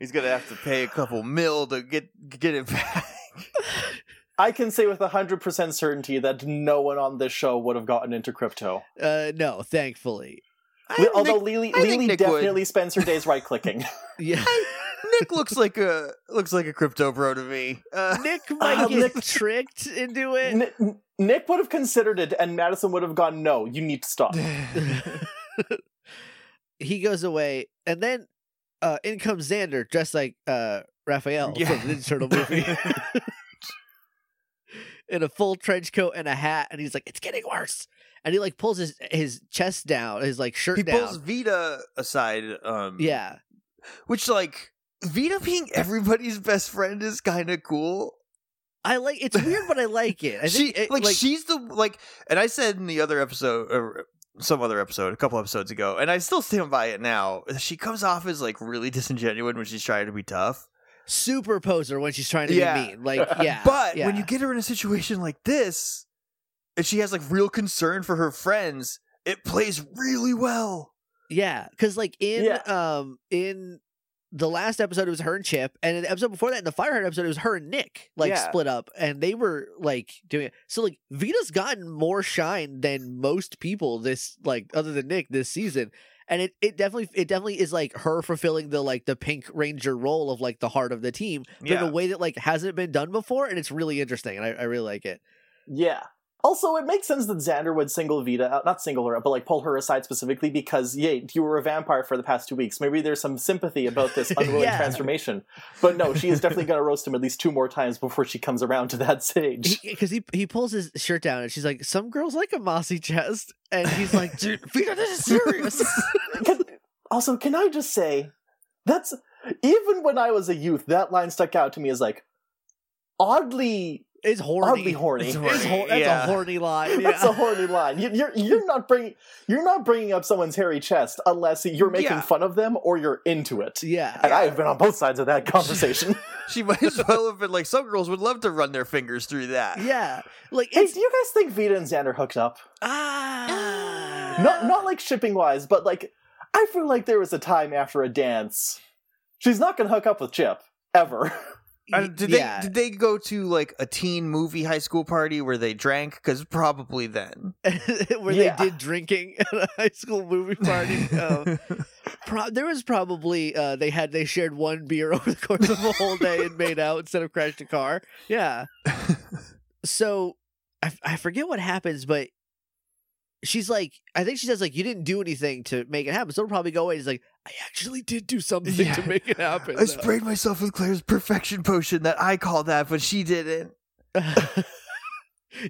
A: He's gonna have to pay a couple mil to get get it back.
C: I can say with 100% certainty that no one on this show would have gotten into crypto.
B: Uh, no, thankfully.
A: I
C: Although
A: think
C: Lily,
A: I think
C: Lily
A: Nick would.
C: definitely spends her days right clicking.
B: Yeah.
A: Nick, Nick looks like a looks like a crypto bro to me. Uh,
B: Nick might
C: Uh,
B: get
C: Nick-
B: tricked into it.
C: Nick would have considered it, and Madison would have gone, no, you need to stop.
B: he goes away, and then uh, in comes Xander dressed like uh, Raphael
A: Yeah.
B: from the Ninja Turtle movie in a full trench coat and a hat, and he's like, "It's getting worse." And he like pulls his his chest down, his like shirt
A: he pulls
B: down.
A: Vita aside. Um,
B: Yeah,
A: which like Vita being everybody's best friend is kind of cool.
B: I like it's weird, but I like it. I
A: she
B: think it-
A: like, she's the like, and I said in the other episode, or some other episode, a couple episodes ago, and I still stand by it now. She comes off as like really disingenuous when she's trying to be tough,
B: super poser when she's trying to
A: Yeah.
B: be mean. Like yeah,
A: but when
B: yeah.
A: you get her in a situation like this, and she has like real concern for her friends, it plays really well.
B: Yeah, because like in
C: Yeah.
B: um in the last episode it was her and Chip, and in the episode before that in the Fireheart episode it was her and Nick like
C: Yeah.
B: split up, and they were like doing it. So like Vita's gotten more shine than most people this like other than Nick this season, and it it definitely it definitely is like her fulfilling the like the Pink Ranger role of like the heart of the team but in
A: Yeah.
B: a way that like hasn't been done before, and it's really interesting, and I, I really like it.
C: Yeah. Also, it makes sense that Xander would single Vita out, not single her out, but like pull her aside specifically because, yeah, you were a vampire for the past two weeks. Maybe there's some sympathy about this unwilling
B: Yeah.
C: transformation. But no, she is definitely going to roast him at least two more times before she comes around to that stage.
B: because he, he pulls his shirt down and she's like, "Some girls like a mossy chest," and he's like, "Dude, Vita, this is serious."
C: also, can I just say, that's even when I was a youth, that line stuck out to me as like oddly
B: It's horny.
C: Oddly horny.
B: It's, hor- that's
A: Yeah.
B: a horny line. Yeah.
C: That's a horny line. You- You're you're not bringing you're not bringing up someone's hairy chest unless you're making
A: Yeah.
C: fun of them or you're into it.
B: yeah.
C: And I have been on both sides of that conversation.
A: She might as well have been like, some girls would love to run their fingers through that.
B: yeah. Like
C: hey,
B: it's
C: do you guys think Vita and Xander hooked up?
B: ah.
C: Not not like shipping wise, but like I feel like there was a time after a dance. She's not gonna hook up with Chip ever.
A: Uh, did
B: yeah.
A: they did they go to like a teen movie high school party where they drank? Because probably then.
B: where
C: Yeah.
B: they did drinking at a high school movie party. Um, pro- there was probably uh, they had they shared one beer over the course of a whole day and made out instead of crashed a car. Yeah. So I, f- I forget what happens, but she's like, I think she says like, you didn't do anything to make it happen, so it'll probably go away. He's like, I actually did do something
A: Yeah.
B: to make it happen.
A: I sprayed myself with Claire's perfection potion that I called that, but she didn't.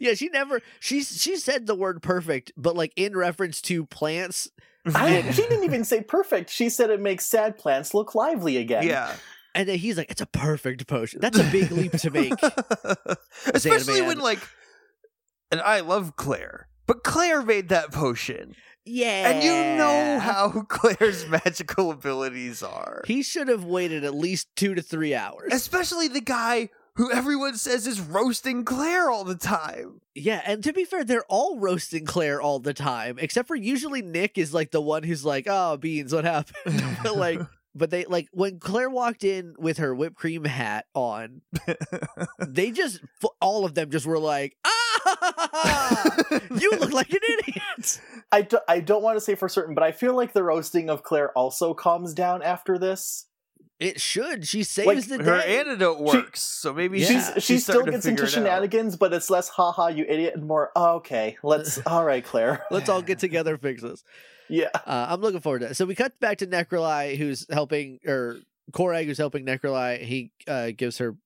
B: yeah, she never she she said the word perfect, but like in reference to plants
C: I, she didn't even say perfect. She said it makes sad plants look lively again.
A: yeah.
B: And then he's like, "It's a perfect potion. That's a big leap to make."
A: Especially
B: Xanaman.
A: when like and I love Claire. But Claire made that potion.
B: yeah,
A: And you know how Claire's magical abilities are.
B: he should have waited at least two to three hours.
A: Especially the guy who everyone says is roasting Claire all the time.
B: Yeah, and to be fair, they're all roasting Claire all the time, except for usually Nick is like the one who's like, "Oh, beans, what happened?" but like, but they like when Claire walked in with her whipped cream hat on, they just f- all of them just were like, "Ah, you look like an idiot."
C: I, do, I don't want to say for certain, but I feel like the roasting of Claire also calms down after this.
B: It should. She saves the day.
A: Her antidote works, so maybe
B: Yeah.
A: she's,
C: She's, she
A: she's
C: still
A: starting to
C: gets into
A: figure it out.
C: shenanigans, but it's less haha, you idiot, and more, "Oh, okay, let's, all right, Claire.
B: Let's all get together and fix this.
C: Yeah.
B: Uh, I'm looking forward to it. So we cut back to Necroli, who's helping, or Korag, who's helping Necroli. He uh, gives her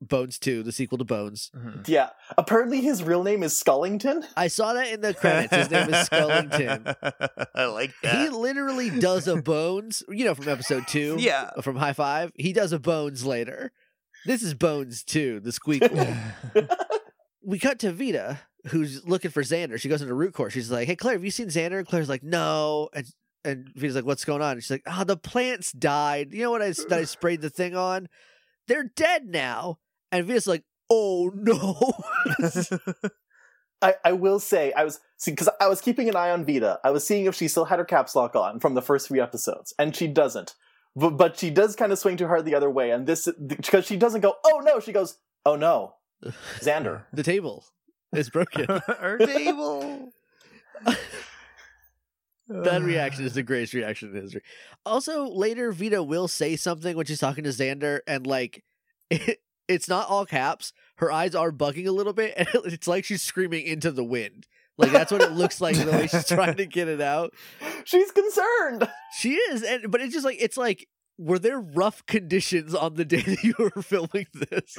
B: Bones 2, the sequel to Bones.
A: Mhm.
C: Yeah. Apparently his real name is Scullington.
B: I saw that in the credits. His name is Skullington.
A: I like
B: He
A: that.
B: literally does a Bones, you know, from episode 2,
A: yeah.
B: from High Five. He does a Bones later. This is Bones 2, the squeakle. we cut to Vita, who's looking for Xander. She goes into root court. She's like, "Hey, Claire, have you seen Xander?" And Claire's like, "No," and and Vita's like, "What's going on?" And she's like, "Ah, the plants died. You know what I that I sprayed the thing on? They're dead now." And Vita's like, "Oh no!"
C: I, I will say, I was, see, because I was keeping an eye on Vita. I was seeing if she still had her caps lock on from the first three episodes, and she doesn't. But, but she does kind of swing to her the other way, and this, because she doesn't go, oh no, she goes, oh no, Xander.
B: the table is broken.
A: Our table.
B: that reaction is the greatest reaction in history. Also, later Vita will say something when she's talking to Xander, and like, it, it's not all caps. Her eyes are bugging a little bit, and it's like she's screaming into the wind. Like that's what it looks like the way she's trying to get it out.
C: She's concerned.
B: She is, and but it's just like it's like were there rough conditions on the day that you were filming this?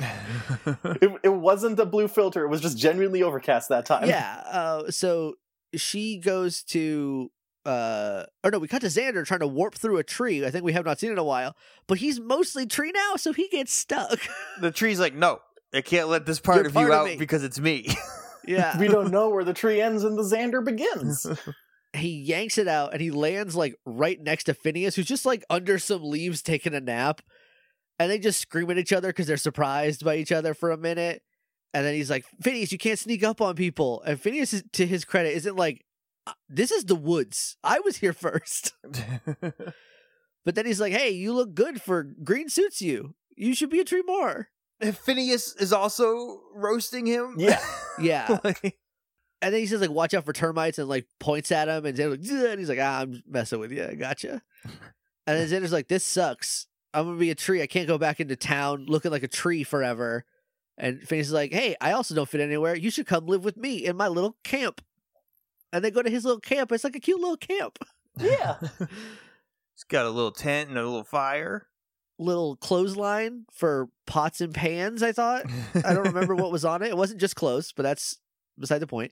C: It, it wasn't the blue filter, it was just genuinely overcast that time.
B: yeah. Uh, so she goes to. Uh, or no, we cut to Xander trying to warp through a tree. I think we have not seen in a while, but he's mostly tree now, so he gets stuck.
A: the tree's like, no, I can't let this part
B: You're
A: of
B: part
A: you
B: of
A: out
B: me."
A: because it's me.
B: yeah,
C: We don't know where the tree ends and the Xander begins.
B: he yanks it out and he lands like right next to Phineas, who's just like under some leaves taking a nap. And they just scream at each other because they're surprised by each other for a minute. And then he's like, Phineas, you can't sneak up on people. And Phineas, is, to his credit, isn't like, "Uh, this is the woods. I was here first. But then he's like, hey, you look good for green suits you. You should be a tree more.
A: If Phineas is also roasting him.
C: Yeah.
B: Yeah.
A: Like,
B: and then he says, like, watch out for termites and like points at him. And Xander's like, "Ugh," and he's like, ah, I'm messing with you. I gotcha. And then Xander's like, this sucks. I'm going to be a tree. I can't go back into town looking like a tree forever. And Phineas is like, hey, I also don't fit anywhere. You should come live with me in my little camp. And they go to his little camp. It's like a cute little camp.
C: yeah.
A: He's got a little tent and a little fire.
B: Little clothesline for pots and pans, I thought. I don't remember what was on it. It wasn't just clothes, but that's beside the point.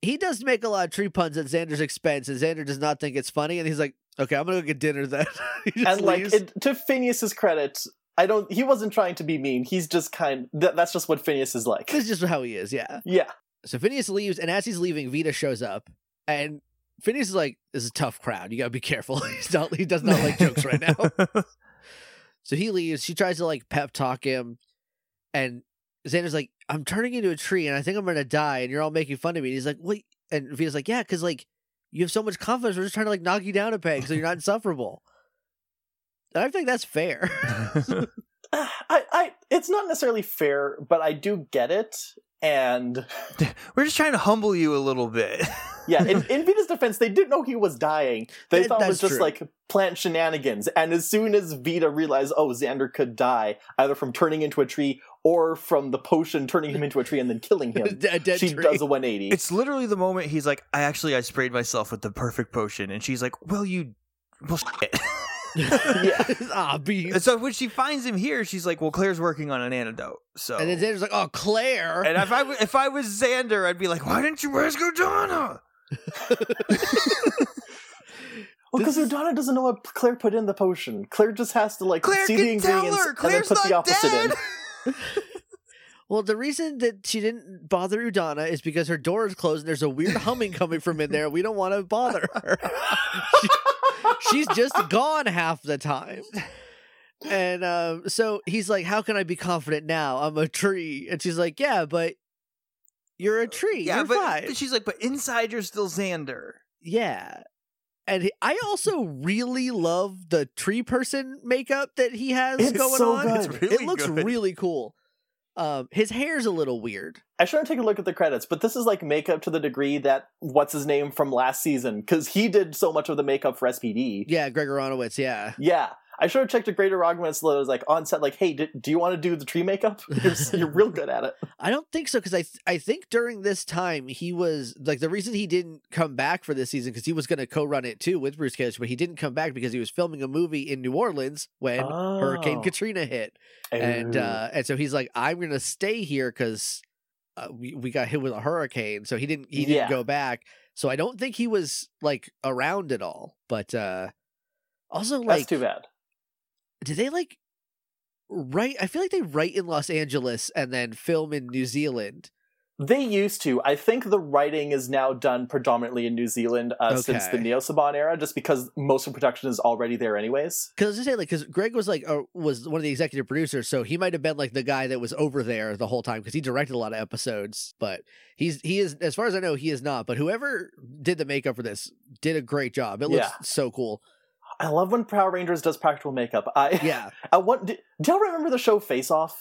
B: He does make a lot of tree puns at Xander's expense, and Xander does not think it's funny. And he's like, "Okay, I'm gonna go get dinner then." He just
C: and like
B: leaves.
C: it, to Phineas's credit, I don't. He wasn't trying to be mean. He's just kind. Th- that's just what Phineas is like.
B: That's just how he is, yeah.
C: Yeah.
B: So Phineas leaves, and as he's leaving, Vita shows up, and Phineas is like, "This is a tough crowd. You gotta be careful. He's not. He does not like jokes right now." So he leaves. She tries to like pep talk him, and Xander's like, "I'm turning into a tree, and I think I'm gonna die, and you're all making fun of me." And he's like, "Wait," and Vita's like, "Yeah, because like you have so much confidence. We're just trying to like knock you down a peg, so you're not insufferable." And I think that's fair.
C: I, I. It's not necessarily fair, but I do get it. And
A: We're just trying to humble you a little bit.
C: yeah, in, in Vita's defense, they didn't know he was dying. They
B: That-
C: thought it
B: that's
C: was just
B: true.
C: like plant shenanigans. And as soon as Vita realized, oh, Xander could die either from turning into a tree or from the potion turning him into a tree and then killing
B: a
C: him,
B: dead
C: she
B: tree.
C: does a 180.
A: It's literally the moment he's like, I actually I sprayed myself with the perfect potion, and she's like, Well, you, well, shit.
C: Yeah.
B: ah, beef.
A: And so when she finds him here, she's like, "Well, Claire's working on an antidote." So,
B: And
A: and,
B: then Xander's like, "Oh, Claire."
A: if I w- if I was Xander, I'd be like, "Why didn't you rescue Donna?"
C: Well, because Udana doesn't know what Claire put in the potion. Claire just has to like
A: Claire
C: see
A: can
C: the
A: tell
C: ingredients
A: her.
C: and then
A: Claire's
C: put the
A: not
C: opposite
A: dead.
C: in.
B: Well, the reason that she didn't bother Udana is because her door is closed and there's a weird humming coming from in there. We don't want to bother her. She- she's just gone half the time. And um, so he's like, How can I be confident now? I'm a tree. And she's like, Yeah, but you're a tree.
A: yeah,
B: you're
A: but,
B: fine.
A: but she's like, "But inside, you're still Xander."
B: yeah. And he- I also really love the tree person makeup that he has
C: It's
B: going
C: so
B: on.
C: good.
A: It's really
B: it looks
A: good.
B: really cool. Um, his hair's a little weird.
C: I should have taken a look at the credits, but this is like makeup to the degree that what's his name from last season because he did so much of the makeup for SPD.
B: Yeah, Gregor Aronowitz. Yeah.
C: Yeah. I should have checked a greater arguments that was like on set, like, hey, d- do you want to do the tree makeup? You're, s- you're real good at it.
B: I don't think so because I th- I think during this time he was like the reason he didn't come back for this season because he was going to co-run it too with Bruce Cash, but he didn't come back because he was filming a movie in New Orleans when Hurricane
C: Oh.
B: Katrina hit, and
C: Ooh.
B: uh, and so he's like I'm going to stay here because uh, we we got hit with a hurricane, so he didn't he didn't
C: Yeah.
B: go back. So I don't think he was like around at all. But uh also
C: that's
B: like
C: too bad.
B: do they like write i feel like they write in los angeles and then film in new zealand
C: They used to. I think the writing is now done predominantly in New Zealand uh, since the
B: Okay.
C: Neo Saban era, just because most of production is already there, anyways.
B: because i was just saying like because greg was like uh, was one of the executive producers so he might have been like the guy that was over there the whole time because he directed a lot of episodes but he's he is as far as i know he is not but whoever did the makeup for this did a great job it looks
C: Yeah.
B: so cool
C: I love when Power Rangers does practical makeup. I,
B: yeah
C: I want, do, do y'all remember the show Face Off?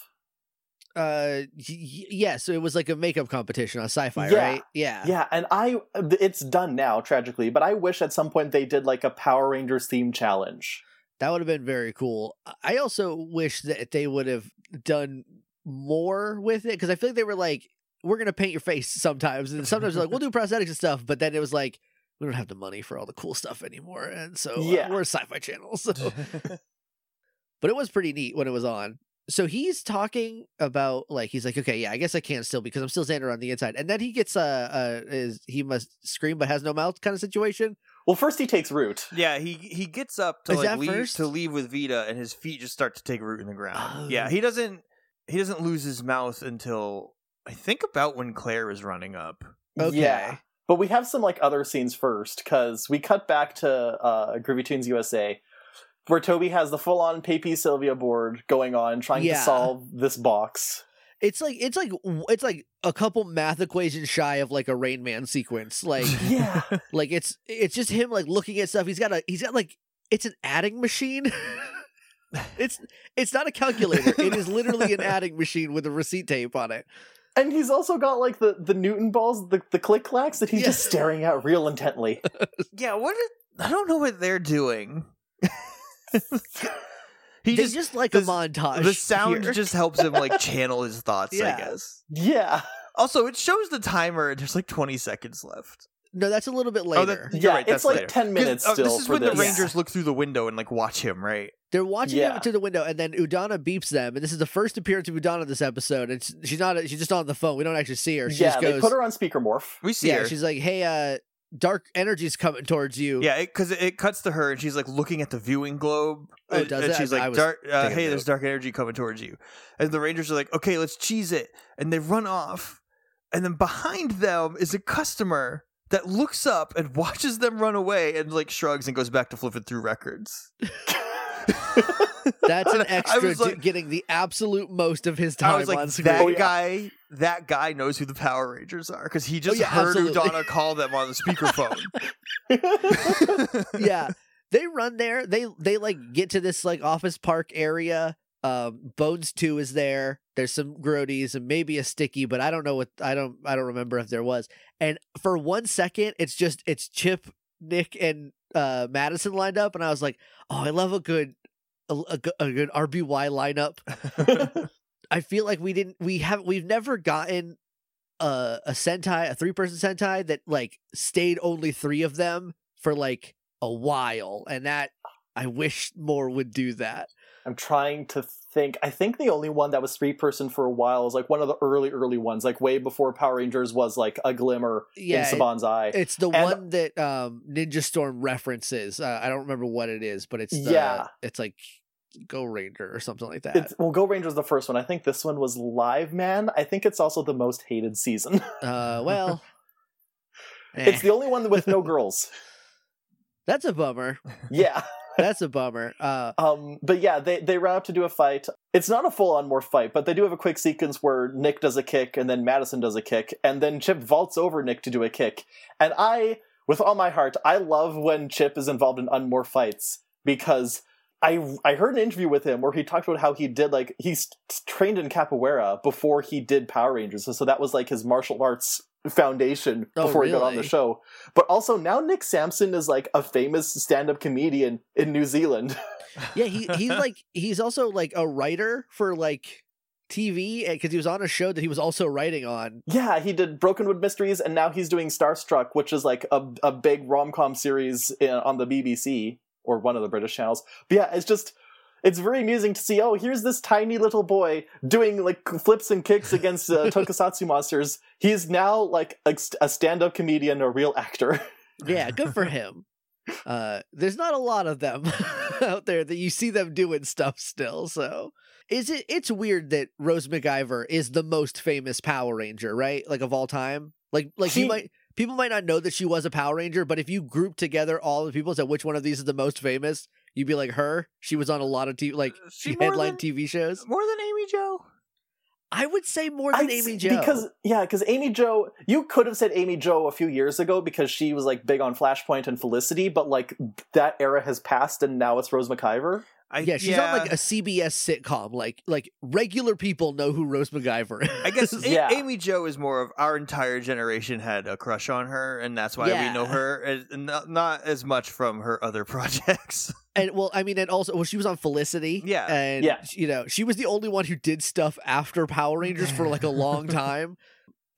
B: uh y- y- yeah so it was like a makeup competition on sci-fi
C: Yeah.
B: right yeah
C: Yeah, and I, it's done now, tragically, but I wish at some point they did like a Power Rangers theme challenge.
B: That would have been very cool. I also wish that they would have done more with it because I feel like they were like, we're going to paint your face sometimes. And sometimes they're like, we'll do prosthetics and stuff. But then it was like, we don't have the money for all the cool stuff anymore. And so uh,
C: Yeah.
B: we're a sci fi channel. So. but it was pretty neat when it was on. So he's talking about like he's like okay yeah I guess I can still because I'm still Xander on the inside and then he gets uh, uh is he must scream but has no mouth kind of situation
C: Well, first he takes root.
A: Yeah, he he gets up to
B: Is
A: like
B: that
A: leave
B: first?
A: to leave with Vita, and his feet just start to take root in the ground.
B: Oh.
A: Yeah, he doesn't he doesn't lose his mouth until I think about when Claire is running up.
B: okay
C: Yeah. But we have some like other scenes first because we cut back to uh, Groovy Tunes USA, where Toby has the full-on Pepe Sylvia board going on, trying
B: Yeah.
C: to solve this box.
B: It's like it's like w- it's like a couple math equations shy of like a Rain Man sequence. Like
C: Yeah,
B: like it's it's just him like looking at stuff. He's got a he's got like it's an adding machine. it's it's not a calculator. It is literally an adding machine with a receipt tape on it.
C: and he's also got like the the Newton balls, the the click clacks that he's just
B: Yeah.
C: staring at real intently.
A: Yeah, what is, I don't know what they're doing. he
B: they
A: just,
B: just, like a
A: this-
B: montage.
A: the sound
B: here.
A: just helps him like channel his thoughts,
B: Yeah.
A: I guess.
C: yeah,
A: Also, it shows the timer and there's like 20 seconds left.
B: no, that's a little bit later.
A: Oh, that- You're
C: yeah,
A: right, that's
C: it's like
A: later.
C: ten
A: 'Cause,
C: minutes
A: uh,
C: still.
A: this is
C: for
A: when the
C: this.
A: Rangers look through the window and like watch him, right?
B: They're watching
C: Yeah.
B: him through the window, and then Udana beeps them, and this is the first appearance of Udana this episode. And she's not she's just on the phone. We don't actually see her. She
C: yeah,
B: just
C: they
B: goes.
C: put her on speaker morph.
A: We see
B: yeah,
A: her.
B: she's like, hey, uh, dark energy's coming towards you.
A: Yeah, because it, it cuts to her and she's like looking at the viewing globe.
B: Oh,
A: and,
B: does
A: and
B: it?
A: she's
B: I- I
A: like,
B: was
A: dark, uh,
B: thinking
A: hey,
B: that.
A: there's dark energy coming towards you. And the Rangers are like, okay, let's cheese it. And they run off. And then behind them is a customer that looks up and watches them run away and like shrugs and goes back to flipping through records.
B: That's an
A: I
B: extra
A: was
B: du-
A: like-
B: getting the absolute most of his time
A: I was
B: on
A: like,
B: screen.
A: that
C: Oh, yeah.
A: guy, that guy knows who the Power Rangers are because he just
B: Oh, yeah,
A: heard
B: absolutely.
A: Udana call them on the speakerphone.
B: yeah they run there they they like get to this like office park area um bones 2 is there there's some grodies and maybe a sticky but i don't know what i don't i don't remember if there was and for one second it's just it's chip nick and uh madison lined up and i was like oh i love a good a, a good- a good rby lineup i feel like we didn't we have we've never gotten a, a sentai a three person sentai that like stayed only three of them for like a while and that i wish more would do that
C: I'm trying to think. I think the only one that was three person for a while is like one of the early, early ones, like way before Power Rangers was like a glimmer in
B: yeah it-
C: Saban's eye.
B: it's the
C: And-
B: one that um ninja storm references uh, i don't remember what it is but it's the,
C: Yeah.
B: it's like go ranger or something like that
C: It's, well, Go Ranger was the first one. I think this one was Live Man. I think it's also the most hated season.
B: uh well eh,
C: it's the only one with no girls.
B: that's a bummer
C: Yeah.
B: that's a bummer uh
C: Um, but yeah, they, they run up to do a fight. It's not a full on more fight, but they do have a quick sequence where Nick does a kick and then Madison does a kick, and then Chip vaults over Nick to do a kick. And I, with all my heart, I love when Chip is involved in unmore fights because I I heard an interview with him where he talked about how he did like he's trained in capoeira before he did Power Rangers, and so that was like his martial arts foundation
B: Oh,
C: before he got on the
B: really?
C: show. But also now Nick Sampson is like a famous stand up comedian in New Zealand.
B: yeah he he's like he's also like a writer for like tv because he was on a show that he was also writing on
C: Yeah, he did Brokenwood Mysteries, and now he's doing Starstruck, which is like a a big rom com series in, on the BBC or one of the British channels. But yeah, it's just it's very amusing to see. Oh, here's this tiny little boy doing like flips and kicks against uh, tokusatsu monsters. He's now like a, stand up comedian, a real actor.
B: yeah good for him uh there's not a lot of them out there that you see them doing stuff still so is it it's weird that rose mciver is the most famous power ranger right like of all time like like you
C: She-
B: might people might not know that she was a power ranger but if you group together all the people and said which one of these is the most famous you'd be like her she was on a lot of tv like
A: She
B: she
A: more
B: headlined
A: than-
B: tv shows
A: More than Amy Joe?
B: i would say more than
C: I'd
B: amy
C: s-
B: jo
C: Because yeah, because Amy Joe, you could have said Amy Joe a few years ago because she was like big on Flashpoint and Felicity, but like that era has passed, and now it's Rose McIver.
A: I,
B: yeah, she's on like a CBS sitcom. Like, like regular people know who Rose McGyver is.
A: I guess A-
C: Yeah.
A: Amy Joe is more of our entire generation had a crush on her, and that's why we know
B: Yeah.
A: her, and not, not as much from her other projects.
B: and well, I mean, and also, well, she was on Felicity.
A: Yeah.
B: and
C: Yeah.
B: sh- you know, she was the only one who did stuff after Power Rangers for like a long time,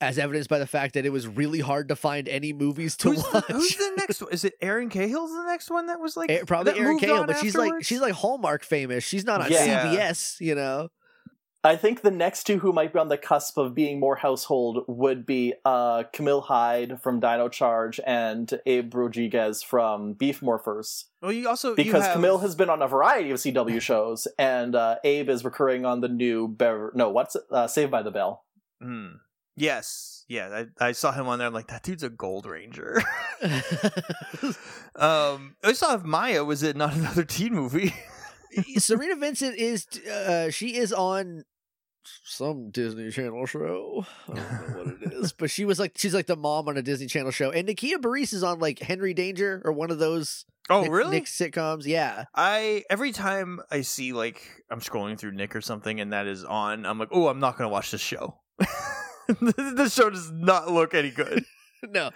B: as evidenced by the fact that it was really hard to find any movies to
A: who's, the,
B: watch.
A: who's the next one? Is it Erin Cahill's the next one that was like
B: Eh, Probably
A: that
B: Erin
A: moved
B: Cahill,
A: on
B: but she's like
A: afterwards?
B: she's like Hallmark famous. She's not on
C: Yeah.
B: CBS, you know.
C: I think the next two who might be on the cusp of being more household would be uh, Camille Hyde from Dino Charge and Abe Rodriguez from Beef Morphers.
A: well, you also you
C: Because
A: have-
C: Camille has been on a variety of CW shows, and uh, Abe is recurring on the new Bever- no, what's it? uh, Saved by the Bell.
A: Hmm. Yes, yeah, I, I saw him on there. I'm like, that dude's a Gold Ranger. um, I saw if Maya was in not another teen movie.
B: Eh, Serena Vincent is uh she is on some Disney Channel show. I don't know what it is, but she was like she's like the mom on a Disney Channel show, and Nikia Baris is on like Henry Danger or one of those
A: oh,
B: Nick-
A: really?
B: Nick sitcoms. Yeah,
A: I every time I see like I'm scrolling through Nick or something and that is on, I'm like, oh, I'm not gonna watch this show. this show does not look any good.
B: no.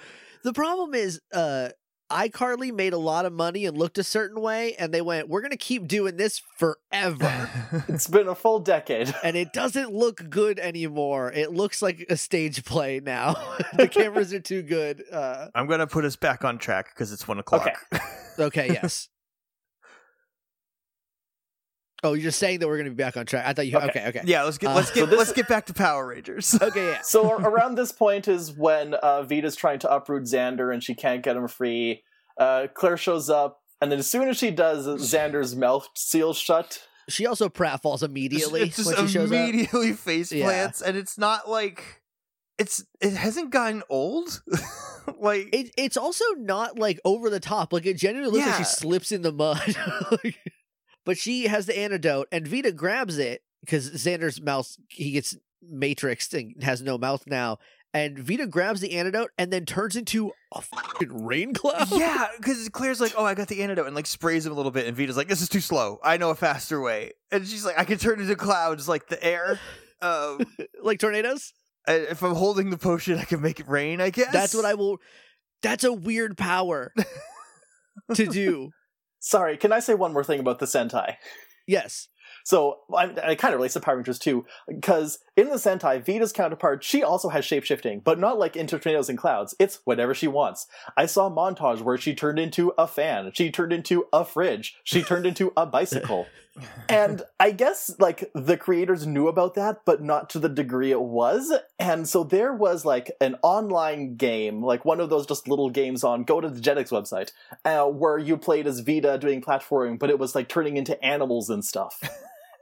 B: The problem is, uh, iCarly made a lot of money and looked a certain way, and they went, "We're gonna keep doing this forever."
C: It's been a full decade.
B: and it doesn't look good anymore. It looks like a stage play now. the cameras are too good. Uh,
A: I'm gonna put us back on track because it's one o'clock.
B: okay, yes. Oh, you're saying that we're going to be back on track. I thought you.
C: Okay.
B: Okay, okay, okay.
A: Yeah, let's get
B: Uh,
A: let's
B: so
A: get
C: this-
A: let's get back to Power Rangers.
B: yeah.
C: so ar- around this point is when uh, Vita's trying to uproot Xander and she can't get him free. Uh, Claire shows up, and then as soon as she does, Xander's mouth seals shut.
B: She also pratfalls immediately
A: It's just
B: when she shows up.
A: immediately face
B: Yeah.
A: plants, and it's not like it's it hasn't gotten old. like
B: It, it's also not like over the top. Like it genuinely looks like
A: Yeah.
B: she slips in the mud. Like- but she has the antidote, and Vita grabs it because Xander's mouth he gets matrixed and has no mouth now. And Vita grabs the antidote and then turns into a fucking rain cloud.
A: yeah, because Claire's like, "Oh, I got the antidote," and like sprays him a little bit, and Vita's like, "This is too slow. I know a faster way." And she's like, "I can turn into clouds like the air. Um,
B: like tornadoes.
A: I- if I'm holding the potion, I can make it rain. I guess
B: That's what I will. That's a weird power to do.
C: Sorry, can I say one more thing about the Sentai?
B: Yes.
C: So I, I kind of relates to Power Rangers too, because in the Sentai, Vita's counterpart, she also has shapeshifting, but not like into tornadoes and clouds. It's whatever she wants. I saw a montage where she turned into a fan, she turned into a fridge, she turned into a bicycle. and I guess like the creators knew about that, but not to the degree it was. And so there was like an online game, like one of those just little games on go to the Jetix website, uh, where you played as Vita doing platforming, but it was like turning into animals and stuff.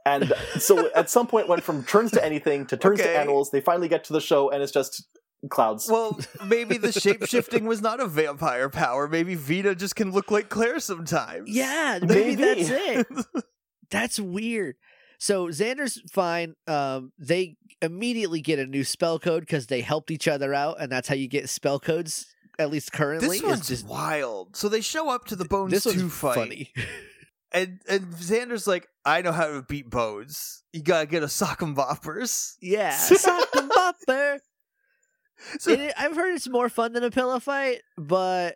C: And so at some point went from turns to anything to turns
A: Okay.
C: to animals. They finally get to the show and it's just clouds.
A: Well, maybe the shape shifting was not a vampire power. Maybe Vita just can look like Claire sometimes.
B: Yeah. Maybe,
C: Maybe.
B: that's it. That's weird. So Xander's fine. Um, they immediately get a new spell code because they helped each other out, and that's how you get spell codes. At least currently,
A: This
B: is
A: one's
B: just-
A: wild. So they show up to the Bones
B: this one's
A: 2 fight.
B: funny.
A: And and Xander's like, I know how to beat Bones. You gotta get a sock 'em boppers.
B: Yeah, sock 'em bopper.
A: So
B: It i- I've heard it's more fun than a pillow fight, but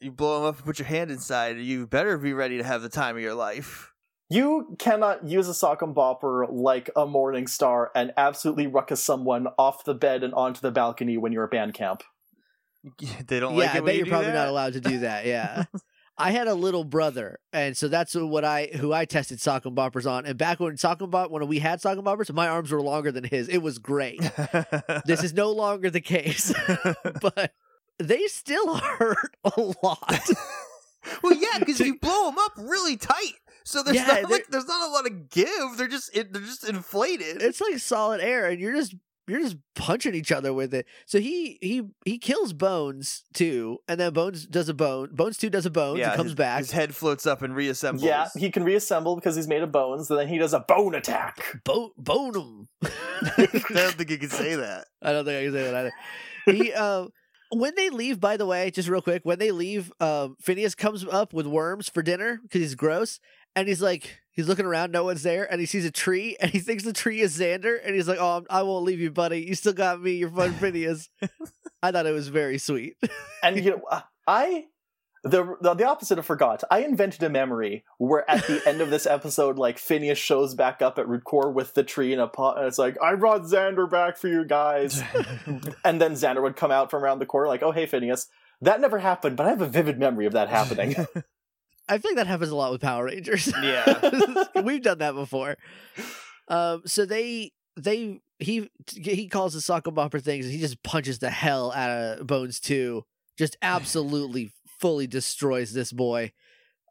A: you blow him up and put your hand inside, you better be ready to have the time of your life.
C: You cannot use a sock and bopper like a morning star and absolutely ruckus someone off the bed and onto the balcony when you're at band camp.
A: They don't
B: yeah,
A: like it.
B: I
A: when
B: bet
A: you
B: you're
A: do
B: probably
A: that.
B: not allowed to do that. Yeah. I had a little brother, and so that's what I who I tested sock and boppers on. And back when sock and bop when we had sock and boppers, my arms were longer than his. It was great. this is no longer the case, but they still hurt a lot.
A: well, yeah, because you blow them up really tight, so there's
B: Yeah,
A: not
B: they're-
A: like there's not a lot of give. They're just it, they're just inflated.
B: It's like solid air, and you're just you're just punching each other with it. So he he he kills Bones too, and then Bones does a bone. Bones two does a bone. and comes
A: his,
B: back.
A: His head floats up and reassembles.
C: Yeah, he can reassemble because he's made of bones, and then he does a bone attack.
B: Bo- bone him.
A: I don't think you can say that.
B: I don't think I can say that either. He, um, when they leave, by the way, just real quick, when they leave, um, Phineas comes up with worms for dinner because he's gross, and he's like, he's looking around, no one's there, and he sees a tree, and he thinks the tree is Xander, and he's like, oh, I'm, I won't leave you, buddy. You still got me, your fun Phineas. I thought it was very sweet.
C: And you know, uh, I the, the the opposite of forgot. I invented a memory where at the end of this episode, like Phineas shows back up at Root Core with the tree in a pot, and it's like, I brought Xander back for you guys. and then Xander would come out from around the corner, like, oh hey Phineas. That never happened, but I have a vivid memory of that happening.
B: I feel like that happens a lot with Power Rangers.
A: Yeah.
B: we've done that before. Um, so they they he he calls the Socko Bopper things, and he just punches the hell out of Bones Two. Just absolutely fully destroys this boy.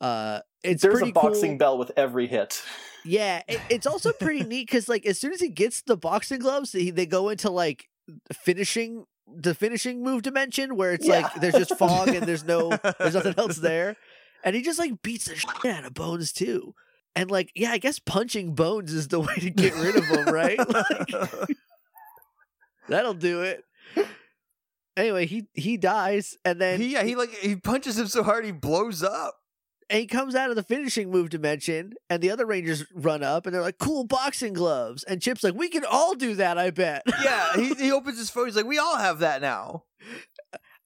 B: Uh, it's
C: There's a
B: pretty
C: boxing
B: cool.
C: bell with every hit.
B: Yeah, it, it's also pretty neat because like as soon as he gets the boxing gloves, he, they go into like finishing the finishing move dimension where it's
C: Yeah.
B: like there's just fog and there's no there's nothing else there. And he just like beats the shit out of Bones too. And like, yeah, I guess punching Bones is the way to get rid of him, right? Like, that'll do it. Anyway, he he dies, and then
A: he, yeah, he like he punches him so hard he blows up.
B: and he comes out of the finishing move dimension, and the other Rangers run up, and they're like, "Cool boxing gloves." And Chip's like, "We can all do that, I bet."
A: Yeah, he, he opens his phone. He's like, "We all have that now."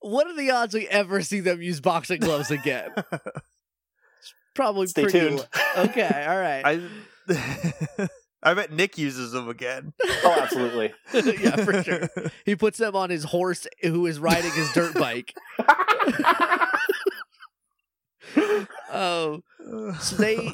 B: what are the odds we ever see them use boxing gloves again? It's Probably
C: Stay
B: pretty
C: tuned.
B: low. Okay, all right.
A: I I bet Nick uses them again.
C: Oh, absolutely.
B: yeah, for sure. He puts them on his horse who is riding his dirt bike. Um, so Oh, they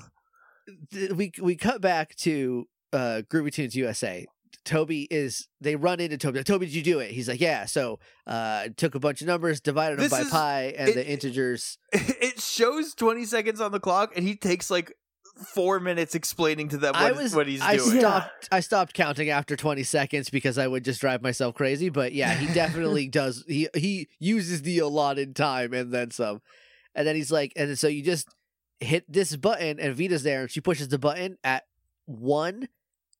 B: th- we we cut back to uh Groovy Tunes USA. Toby is they run into Toby. like, Toby, did you do it? He's like, yeah. So uh took a bunch of numbers, divided them
A: This
B: by
A: is-
B: pi and
A: it-
B: the integers.
A: It shows 20 seconds on the clock, and he takes like four minutes explaining to them what,
B: I was
A: what he's
B: I
A: doing.
C: Yeah.
B: stopped I stopped counting after 20 seconds because I would just drive myself crazy. But yeah, he definitely does. He he uses the allotted time and then some. And then he's like, and so you just hit this button, and Vita's there, and she pushes the button at one,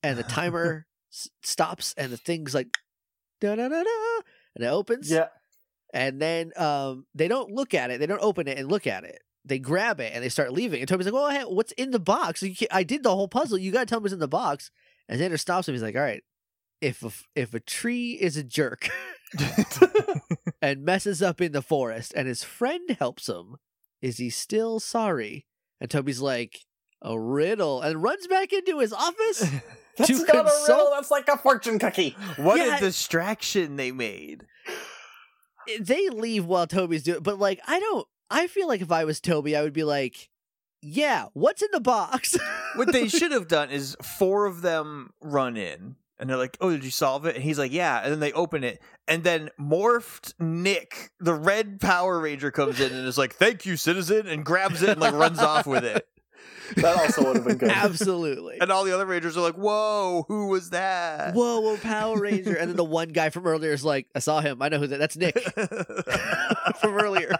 B: and the timer s- stops, and the thing's like da da da da, and it opens.
C: Yeah.
B: And then um, they don't look at it. They don't open it and look at it. They grab it and they start leaving. And Toby's like, "Well, hey, what's in the box? You can't- I did the whole puzzle. You gotta tell me what's in the box." And Xander stops him. He's like, "All right, if a, f- if a tree is a jerk and messes up in the forest, and his friend helps him, is he still sorry?" And Toby's like, "A riddle," and runs back into his office.
C: That's
B: To
C: not
B: consult-
C: a riddle. That's like a fortune cookie.
A: what
B: Yeah.
A: a distraction they made.
B: eh, they leave while Toby's doing but like I don't I feel like if I was Toby I would be like yeah what's in the box
A: What they should have done is four of them run in. And they're like, "Oh, did you solve it?" And he's like, "Yeah." And then they open it, and then morphed Nick, the red Power Ranger, comes in and is like, "Thank you, citizen," and grabs it and like runs off with it.
C: That also would have been good.
B: absolutely
A: And all the other Rangers are like, "Whoa, who was that?"
B: whoa whoa Power Ranger and then the one guy from earlier is like I saw him I know who that that's Nick from earlier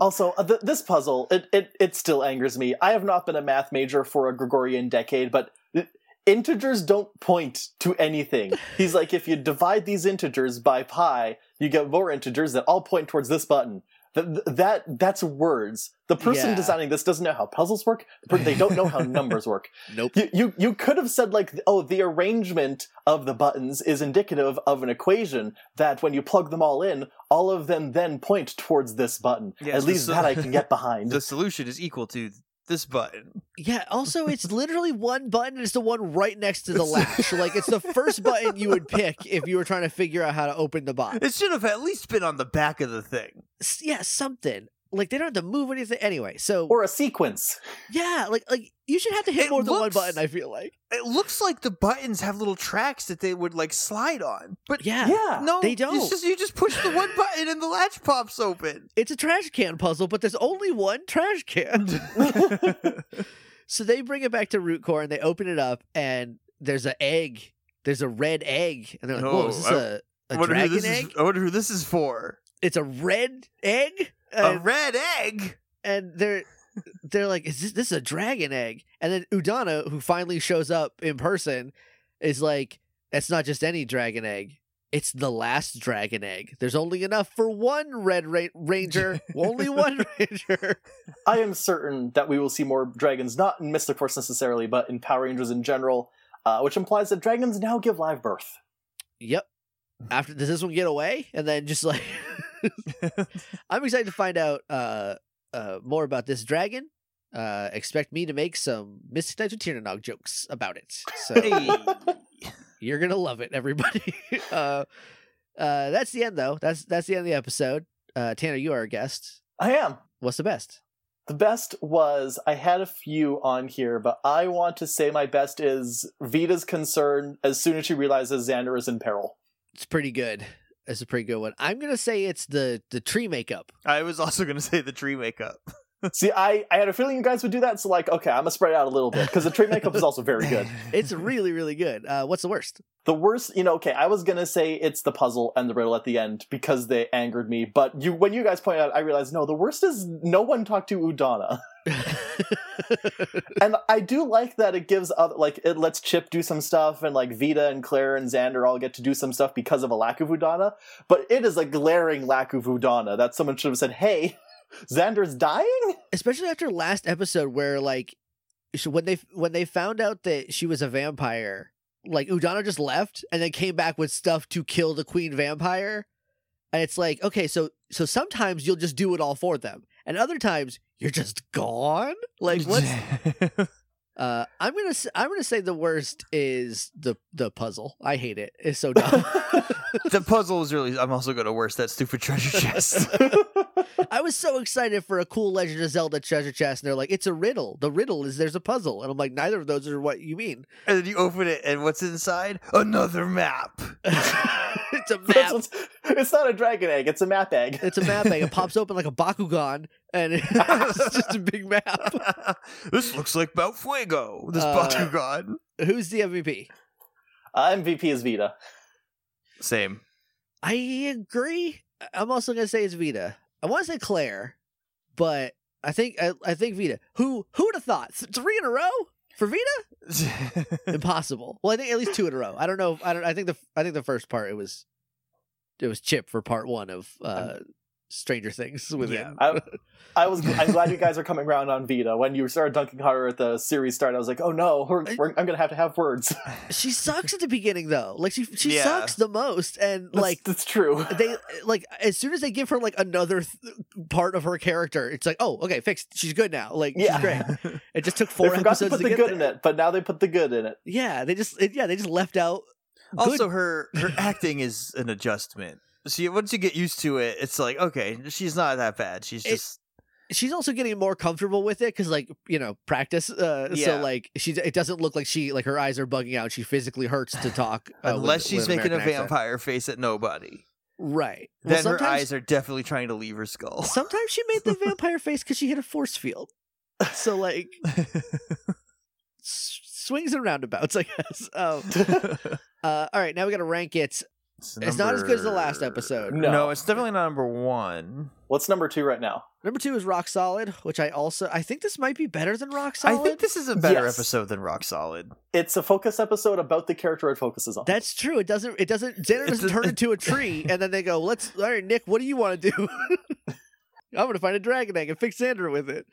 C: Also, uh, th- this puzzle, it, it, it still angers me. I have not been a math major for a Gregorian decade, but th- integers don't point to anything. He's like, if you divide these integers by pi, you get more integers that all point towards this button. Th- th- that That's words. The person
B: Yeah.
C: designing this doesn't know how puzzles work, but they don't know how numbers work.
B: nope
C: You, you you could have said like oh the arrangement of the buttons is indicative of an equation that when you plug them all in all of them then point towards this button
A: Yes,
C: at least
A: so-
C: that I can get behind
A: the solution is equal to this button.
B: yeah also it's literally one button and it's the one right next to the latch like it's the first button you would pick if you were trying to figure out how to open the box
A: It should have at least been on the back of the thing.
B: S- yeah something like they don't have to move anything anyway so
C: or a sequence
B: Yeah, like like you should have to hit
A: It
B: more than
A: looks-
B: one button. I feel like.
A: It looks like the buttons have little tracks that they would like slide on, but
B: Yeah,
C: yeah
A: no,
B: They
A: It's
B: don't.
A: just you just push the one button and the latch pops open.
B: it's a trash can puzzle, but there's only one trash can. so they bring it back to root core and they open it up, and there's an egg. There's a red egg, and they're like, "Whoa, is
A: Oh,
B: this a
A: I
B: a
A: wonder who
B: dragon
A: this
B: egg?
A: is. I wonder who this is for.
B: It's a red egg."
A: A
B: And,
A: red egg.
B: and they're they're like, "Is this this is a dragon egg?" And then Udana, who finally shows up in person, is like, "It's not just any dragon egg." It's the last dragon egg. There's only enough for one red ra- ranger. only one ranger.
C: I am certain that we will see more dragons not in Mystic Force necessarily but in Power Rangers in general uh, which implies that dragons now give live birth
B: Yep. After does this one get away? And then just like I'm excited to find out uh uh more about this dragon. Uh expect me to make some Mystic Knights of Tiernanog jokes about it. So You're gonna love it, everybody. uh, uh, that's the end, though. That's that's the end of the episode. Uh, Tanner, you are a guest.
C: I am
B: What's the best?
C: The best was I had a few on here, but I want to say my best is Vita's concern as soon as she realizes Xander is in peril.
B: It's pretty good. It's a pretty good one. I'm gonna say it's the the tree makeup.
A: I was also going to say the tree makeup.
C: See, I, I had a feeling you guys would do that, so like, okay, I'm gonna spread it out a little bit because the tree makeup is also very good.
B: It's really really good. Uh, what's the worst?
C: The worst, you know, okay, I was gonna say it's the puzzle and the riddle at the end because they angered me, but you when you guys pointed out, I realized no, the worst is no one talked to Udana, and I do like that it gives other like it lets Chip do some stuff, and like Vita and Claire and Xander all get to do some stuff because of a lack of Udana, but it is a glaring lack of Udana that someone should have said, hey, Xander's dying.
B: Especially after last episode, where like sh- when they when they found out that she was a vampire, like Udana just left and then came back with stuff to kill the queen vampire. And it's like, okay, so so sometimes you'll just do it all for them, and other times you're just gone. Like what's Uh, I'm gonna s- I'm gonna say the worst is the the puzzle. I hate it. It's so dumb.
A: the puzzle is really. I'm also going to worse that stupid treasure chest.
B: I was so excited for a cool Legend of Zelda treasure chest, and they're like, "It's a riddle. The riddle is there's a puzzle," and I'm like, "Neither of those are what you mean.
A: And then you open it, and what's inside? Another map.
B: it's a
C: That's
B: map.
C: what's, it's not a dragon egg. It's a map egg.
B: It's a map bag. It pops open like a Bakugan, and it's just a big map."
A: this looks like Mount Fuego. This
B: Uh,
A: Bakugan.
B: Who's the MVP?
C: Uh, MVP is Vita.
A: Same.
B: I agree. I'm also gonna say it's Vita. I want to say Claire, but I think I, I think Vita. Who who would have thought three in a row for Vita? Impossible. Well, I think at least two in a row. I don't know. I don't. I think the I think the first part it was it was Chip for part one of uh Stranger Things within.
C: I, I was. I'm glad you guys are coming around on Vita. When you started dunking harder at the series start, I was like, oh no, we're, we're, I'm gonna have to have words.
B: She sucks at the beginning though. Like she she
A: Yeah.
B: sucks the most, and
C: That's-
B: like
C: that's true.
B: they eh, like as soon as they give her like another th- part of her character, it's like oh okay fixed. She's good now. Like
C: Yeah.
B: she's great. It just took
C: They
B: four
C: forgot
B: episodes
C: to put the
B: get
C: good in
B: there.
C: it, but now they put the good in it.
B: Yeah, they just it, yeah they just left out.
A: Also, her her acting is an adjustment. See, once you get used to it, it's like okay, she's not that bad. She's
B: It-
A: just
B: She's also getting more comfortable with it because like you know practice. Uh,
A: Yeah.
B: So like she it doesn't look like she like her eyes are bugging out. She physically hurts to talk uh, with-
A: unless
B: with
A: she's
B: an
A: making a
B: American accent.
A: vampire face at nobody,
B: Right. Well,
A: then her
B: sometimes-
A: eyes are definitely trying to leave her skull.
B: Sometimes she made the vampire face because she hit a force field. So like s- swings and roundabouts, I guess. Um, uh, all right, now we got to rank it. It's not as good as the last
A: number-
B: episode.
A: No,
C: No.
A: it's definitely not number one.
C: What's number two right now?
B: Number two is Rock Solid, which I also I think this might be better than Rock Solid.
A: I think this is a better
C: Yes.
A: episode than Rock Solid.
C: It's a focus episode about the character it focuses on.
B: That's true. It doesn't. It doesn't. Xander
A: It's
B: doesn't
A: a-
B: turn into a tree, and then they go, "Let's, all right, Nick, what do you want to do? I'm gonna find a dragon egg and fix Xander with it."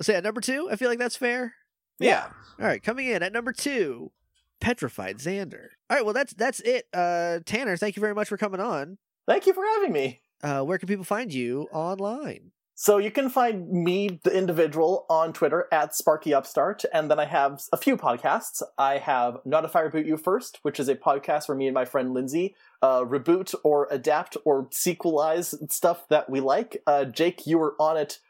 B: So yeah, number two, I feel like that's fair.
C: yeah.
B: All right, coming in at number two, petrified Xander. All right, well that's that's it. Uh, Tanner, thank you very much for coming on.
C: Thank you for having me.
B: Uh, where can people find you online?
C: So you can find me, the individual, on Twitter at Sparky Upstart, and then I have a few podcasts. I have Not If I Reboot You First, which is a podcast where me and my friend Lindsay uh, reboot or adapt or sequelize stuff that we like. Uh, Jake, you were on it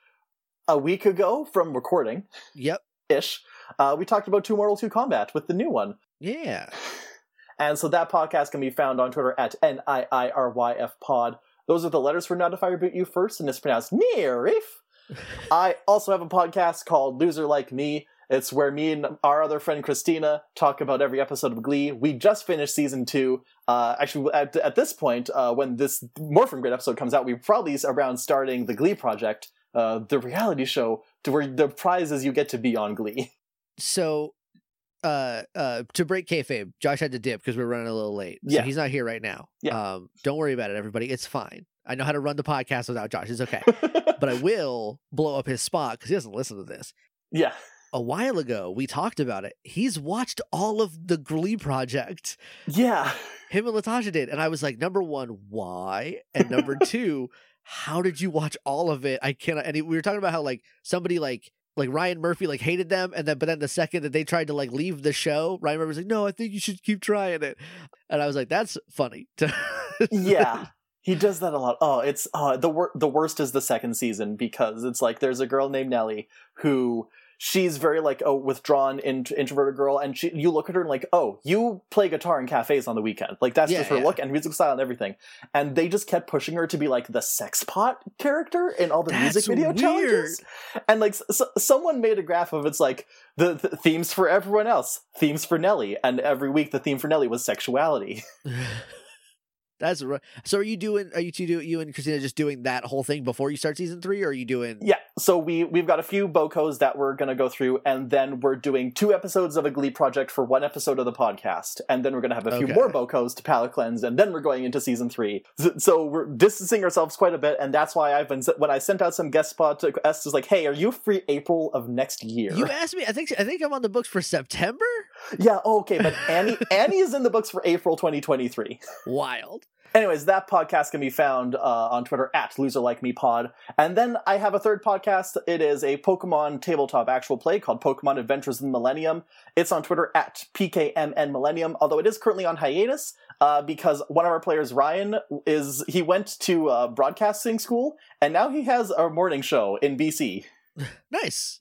C: a week ago from recording
B: Yep.
C: ish. Uh, we talked about Two Mortal Two Combat with the new one.
B: Yeah.
C: And so that podcast can be found on Twitter at N-I-I-R-Y-F pod. Those are the letters for not if I reboot you first, and it's pronounced Nerif. I also have a podcast called Loser Like Me. It's where me and our other friend Christina talk about every episode of Glee. We just finished season two. Uh, actually, at, at this point, uh, when this More From Grid episode comes out, we probably is around starting the Glee project, uh, the reality show, to where the prize is you get to be on Glee.
B: So, uh, uh, to break kayfabe, Josh had to dip because we are running a little late. So
C: Yeah.
B: he's not here right now.
C: Yeah.
B: Um, don't worry about it, everybody. It's fine. I know how to run the podcast without Josh. It's okay. but I will blow up his spot because he doesn't listen to this.
C: yeah.
B: A while ago, we talked about it. He's watched all of the Glee Project.
C: Yeah.
B: Him and Latasha did, and I was like, number one, why? And number two, how did you watch all of it? I cannot. And he- we were talking about how like somebody like like Ryan Murphy like hated them, and then but then the second that they tried to like leave the show, Ryan Murphy was like, no, I think you should keep trying it. And I was like, that's funny.
C: yeah he does that a lot oh it's uh, the wor- the worst is the second season because it's like there's a girl named nellie who she's very like a withdrawn int- introverted girl and she you look at her and like oh you play guitar in cafes on the weekend like that's
B: Yeah,
C: just her
B: yeah.
C: look and musical style and everything and they just kept pushing her to be like the sex pot character in all the music
B: That's
C: video
B: weird.
C: challenges and like s s- someone made a graph of it's like the, the themes for everyone else themes for nellie and every week the theme for nellie was sexuality
B: That's right. So are you doing? Are you two do you and Christina just doing that whole thing before you start season three? Or are you doing?
C: Yeah, so we we've got a few bocos that we're gonna go through, and then we're doing two episodes of a Glee project for one episode of the podcast, and then we're gonna have a few
B: Okay.
C: more bocos to palate cleanse, and then we're going into season three. So, so we're distancing ourselves quite a bit, and that's why I've been when I sent out some guest uh, spot requests, was like, "Hey, are you free April of next year?"
B: You asked me. I think I think I'm on the books for September.
C: Yeah, oh, okay, but Annie Annie is in the books for April 2023.
B: Wild.
C: Anyways, that podcast can be found uh, on Twitter at Loser Like Me Pod. And then I have a third podcast. It is a Pokemon tabletop actual play called Pokemon Adventures in the Millennium. It's on Twitter at PKMN Millennium, although it is currently on hiatus uh, because one of our players, Ryan, is he went to uh, broadcasting school and now he has a morning show in BC.
B: Nice.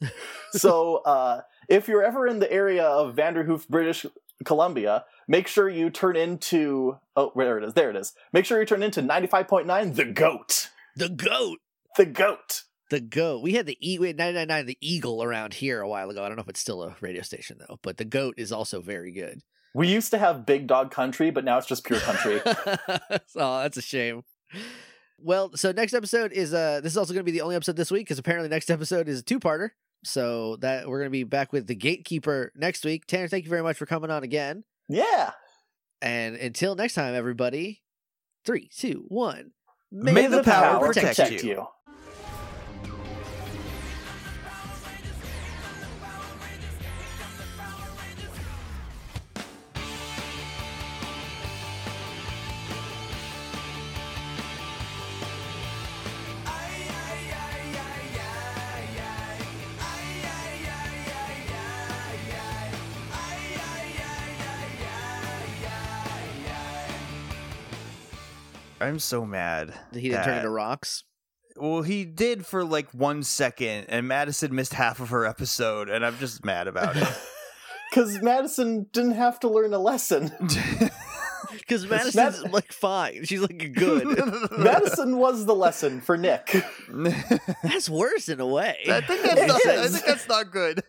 C: so uh, if you're ever in the area of Vanderhoof, British Columbia, make sure you turn into oh where it is there it is. Make sure you turn into ninety five point nine the goat
B: The goat.
C: the goat.
B: The goat. We had the e we had 999 the eagle around here a while ago. I don't know if it's still a radio station though, but the goat is also very good.
C: We used to have big dog country, but now it's just pure country.
B: oh, that's a shame. Well, so next episode is uh this is also going to be the only episode this week because apparently next episode is a two-parter. So that we're going to be back with the gatekeeper next week. Tanner, thank you very much for coming on again.
C: yeah,
B: And until next time, everybody, three, two, one.
A: May the power protect you.
C: you.
A: I'm so mad.
B: He didn't turn
A: that-
B: into rocks.
A: Well, he did for like one second, and Madison missed half of her episode, and I'm just mad about
C: Because Madison didn't have to learn a lesson.
A: it.
B: Because Madison's like fine. She's like good.
C: Madison was the lesson for Nick.
A: I
B: that's worse in a way.
A: think that's not, I
C: is.
A: think that's not good.